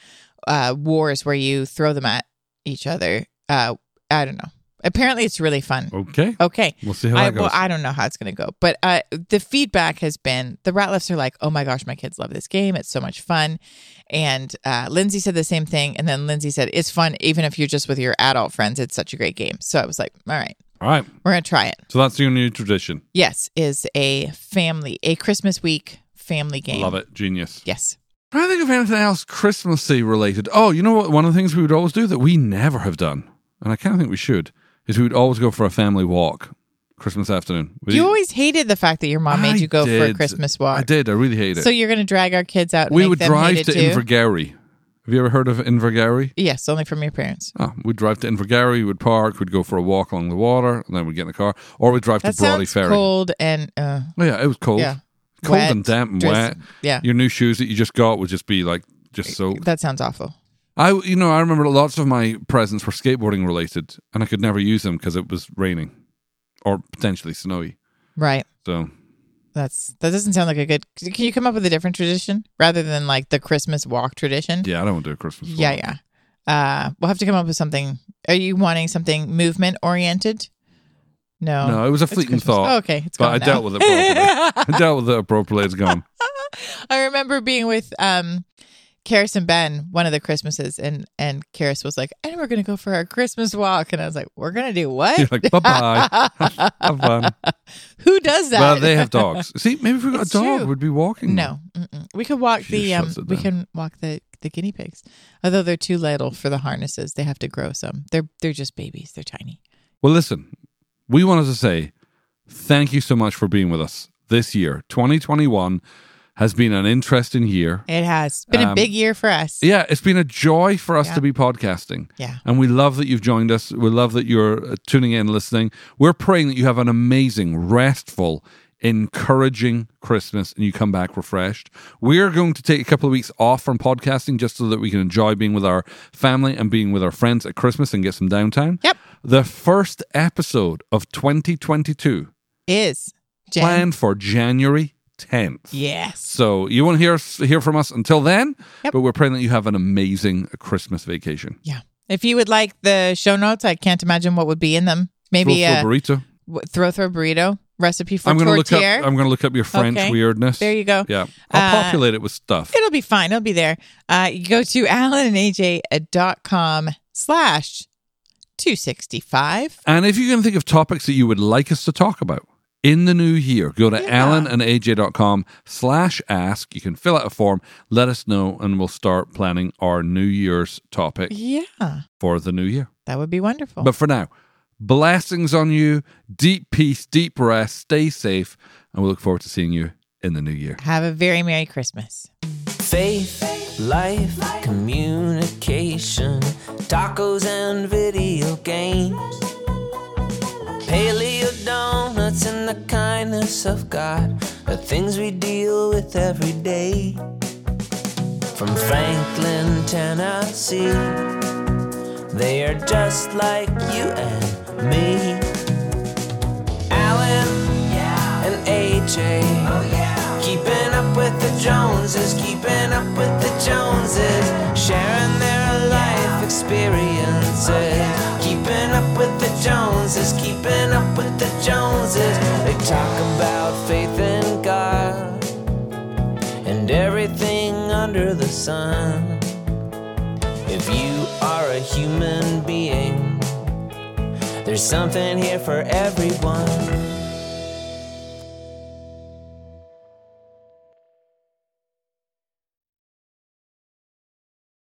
Speaker 3: uh, wars where you throw them at each other. Uh, I don't know. Apparently, it's really fun.
Speaker 2: Okay.
Speaker 3: Okay.
Speaker 2: We'll see how
Speaker 3: I,
Speaker 2: that goes.
Speaker 3: well, I don't know how it's going to go, but uh, the feedback has been the Ratliffs are like, oh my gosh, my kids love this game. It's so much fun. And uh, Lindsay said the same thing. And then Lindsay said, it's fun even if you're just with your adult friends. It's such a great game. So I was like, all right,
Speaker 2: all right.
Speaker 3: we're going to try it.
Speaker 2: So that's your new tradition.
Speaker 3: Yes, is a family, a Christmas week family game.
Speaker 2: Love it. Genius.
Speaker 3: Yes.
Speaker 2: Trying to think of anything else Christmassy related. Oh, you know what? One of the things we would always do that we never have done, and I kind of think we should, is we would always go for a family walk Christmas afternoon. We-
Speaker 3: You always hated the fact that your mom made
Speaker 2: I
Speaker 3: you go for a
Speaker 2: did.
Speaker 3: Christmas walk.
Speaker 2: I did. I really hated it.
Speaker 3: So you're going to drag our kids out. And
Speaker 2: we
Speaker 3: make
Speaker 2: would
Speaker 3: them
Speaker 2: drive
Speaker 3: hate
Speaker 2: to
Speaker 3: it too?
Speaker 2: Invergary. Have you ever heard of Invergary?
Speaker 3: Yes, only from your parents.
Speaker 2: Oh, we'd drive to Invergary, we'd park, we'd go for a walk along the water, and then we'd get in the car, or we'd drive
Speaker 3: That
Speaker 2: to Brodie
Speaker 3: sounds
Speaker 2: Ferry.
Speaker 3: cold and uh,
Speaker 2: Oh, yeah, it was cold.
Speaker 3: Yeah.
Speaker 2: Cold
Speaker 3: Wet,
Speaker 2: and damp and
Speaker 3: drizz-
Speaker 2: wet.
Speaker 3: yeah,
Speaker 2: Your new shoes that you just got would just be like just soaked.
Speaker 3: that sounds awful.
Speaker 2: I, you know, I remember lots of my presents were skateboarding related, and I could never use them because it was raining or potentially snowy.
Speaker 3: Right.
Speaker 2: So
Speaker 3: That's that doesn't sound like a good. Can you come up with a different tradition rather than like the Christmas walk tradition?
Speaker 2: yeah, I don't want to do a Christmas.
Speaker 3: yeah,
Speaker 2: walk.
Speaker 3: yeah. Uh, we'll have to come up with something. Are you wanting something movement oriented? No,
Speaker 2: No, it was a
Speaker 3: It's
Speaker 2: fleeting
Speaker 3: Christmas.
Speaker 2: thought,
Speaker 3: Oh, okay, it's
Speaker 2: but
Speaker 3: gone
Speaker 2: I
Speaker 3: now.
Speaker 2: dealt with it. Properly. I dealt with it appropriately. It's gone.
Speaker 3: I remember being with um Karis and Ben one of the Christmases and and Karis was like, and we're gonna go for our Christmas walk. And I was like, We're gonna do
Speaker 2: You're
Speaker 3: what?
Speaker 2: like, bye bye. Have fun.
Speaker 3: Who does that?
Speaker 2: Well, they have dogs. See, maybe if we got
Speaker 3: It's
Speaker 2: a dog,
Speaker 3: true.
Speaker 2: we'd be walking.
Speaker 3: No. Mm-mm. We could walk
Speaker 2: She
Speaker 3: the um
Speaker 2: shuts it
Speaker 3: we
Speaker 2: down.
Speaker 3: can walk the the guinea pigs. Although they're too little for the harnesses. They have to grow some. They're they're just babies. They're tiny.
Speaker 2: Well, listen, we wanted to say thank you so much for being with us this year. 2021 has been an interesting year.
Speaker 3: It has been a
Speaker 2: Um,
Speaker 3: big year for us.
Speaker 2: Yeah, it's been a joy for us
Speaker 3: Yeah.
Speaker 2: to be podcasting.
Speaker 3: Yeah.
Speaker 2: And we love that you've joined us. We love that you're uh, tuning in, listening. We're praying that you have an amazing, restful, encouraging Christmas and you come back refreshed. We're going to take a couple of weeks off from podcasting just so that we can enjoy being with our family and being with our friends at Christmas and get some downtime.
Speaker 3: Yep.
Speaker 2: The first episode of 2022
Speaker 3: Is Jen.
Speaker 2: planned for January 10th.
Speaker 3: Yes.
Speaker 2: So you won't hear us, hear from us until then,
Speaker 3: Yep.
Speaker 2: but we're praying that you have an amazing Christmas vacation.
Speaker 3: Yeah. If you would like the show notes, I can't imagine what would be in them. Maybe
Speaker 2: Throw for
Speaker 3: uh,
Speaker 2: burrito.
Speaker 3: w- throw throw burrito recipe for
Speaker 2: I'm gonna look up.
Speaker 3: tortilla.
Speaker 2: I'm gonna look up your French
Speaker 3: Okay.
Speaker 2: weirdness.
Speaker 3: there you go.
Speaker 2: yeah, I'll
Speaker 3: Uh,
Speaker 2: populate it with stuff.
Speaker 3: It'll be fine. It'll be there. Uh, you go to alanandaj.com slash 265.
Speaker 2: And if you can think of topics that you would like us to talk about in the new year, go to
Speaker 3: Yeah.
Speaker 2: alanandaj.com slash ask. You can fill out a form, let us know, and we'll start planning our New Year's topic
Speaker 3: Yeah,
Speaker 2: for the new year.
Speaker 3: that would be wonderful.
Speaker 2: But for now, blessings on you, deep peace, deep rest, stay safe, and we look forward to seeing you in the new year.
Speaker 3: Have a very Merry Christmas.
Speaker 4: Faith, life, communication, tacos and video games. Paleo donuts and the kindness of God are things we deal with every day. From Franklin, Tennessee, they are just like you and me. Alan and AJ. Keeping up with the Joneses, keeping up with the Joneses, sharing their life with experiences. Keeping up with the Joneses, keeping up with the Joneses. They talk about faith in God and everything under the sun. If you are a human being, there's something here for everyone.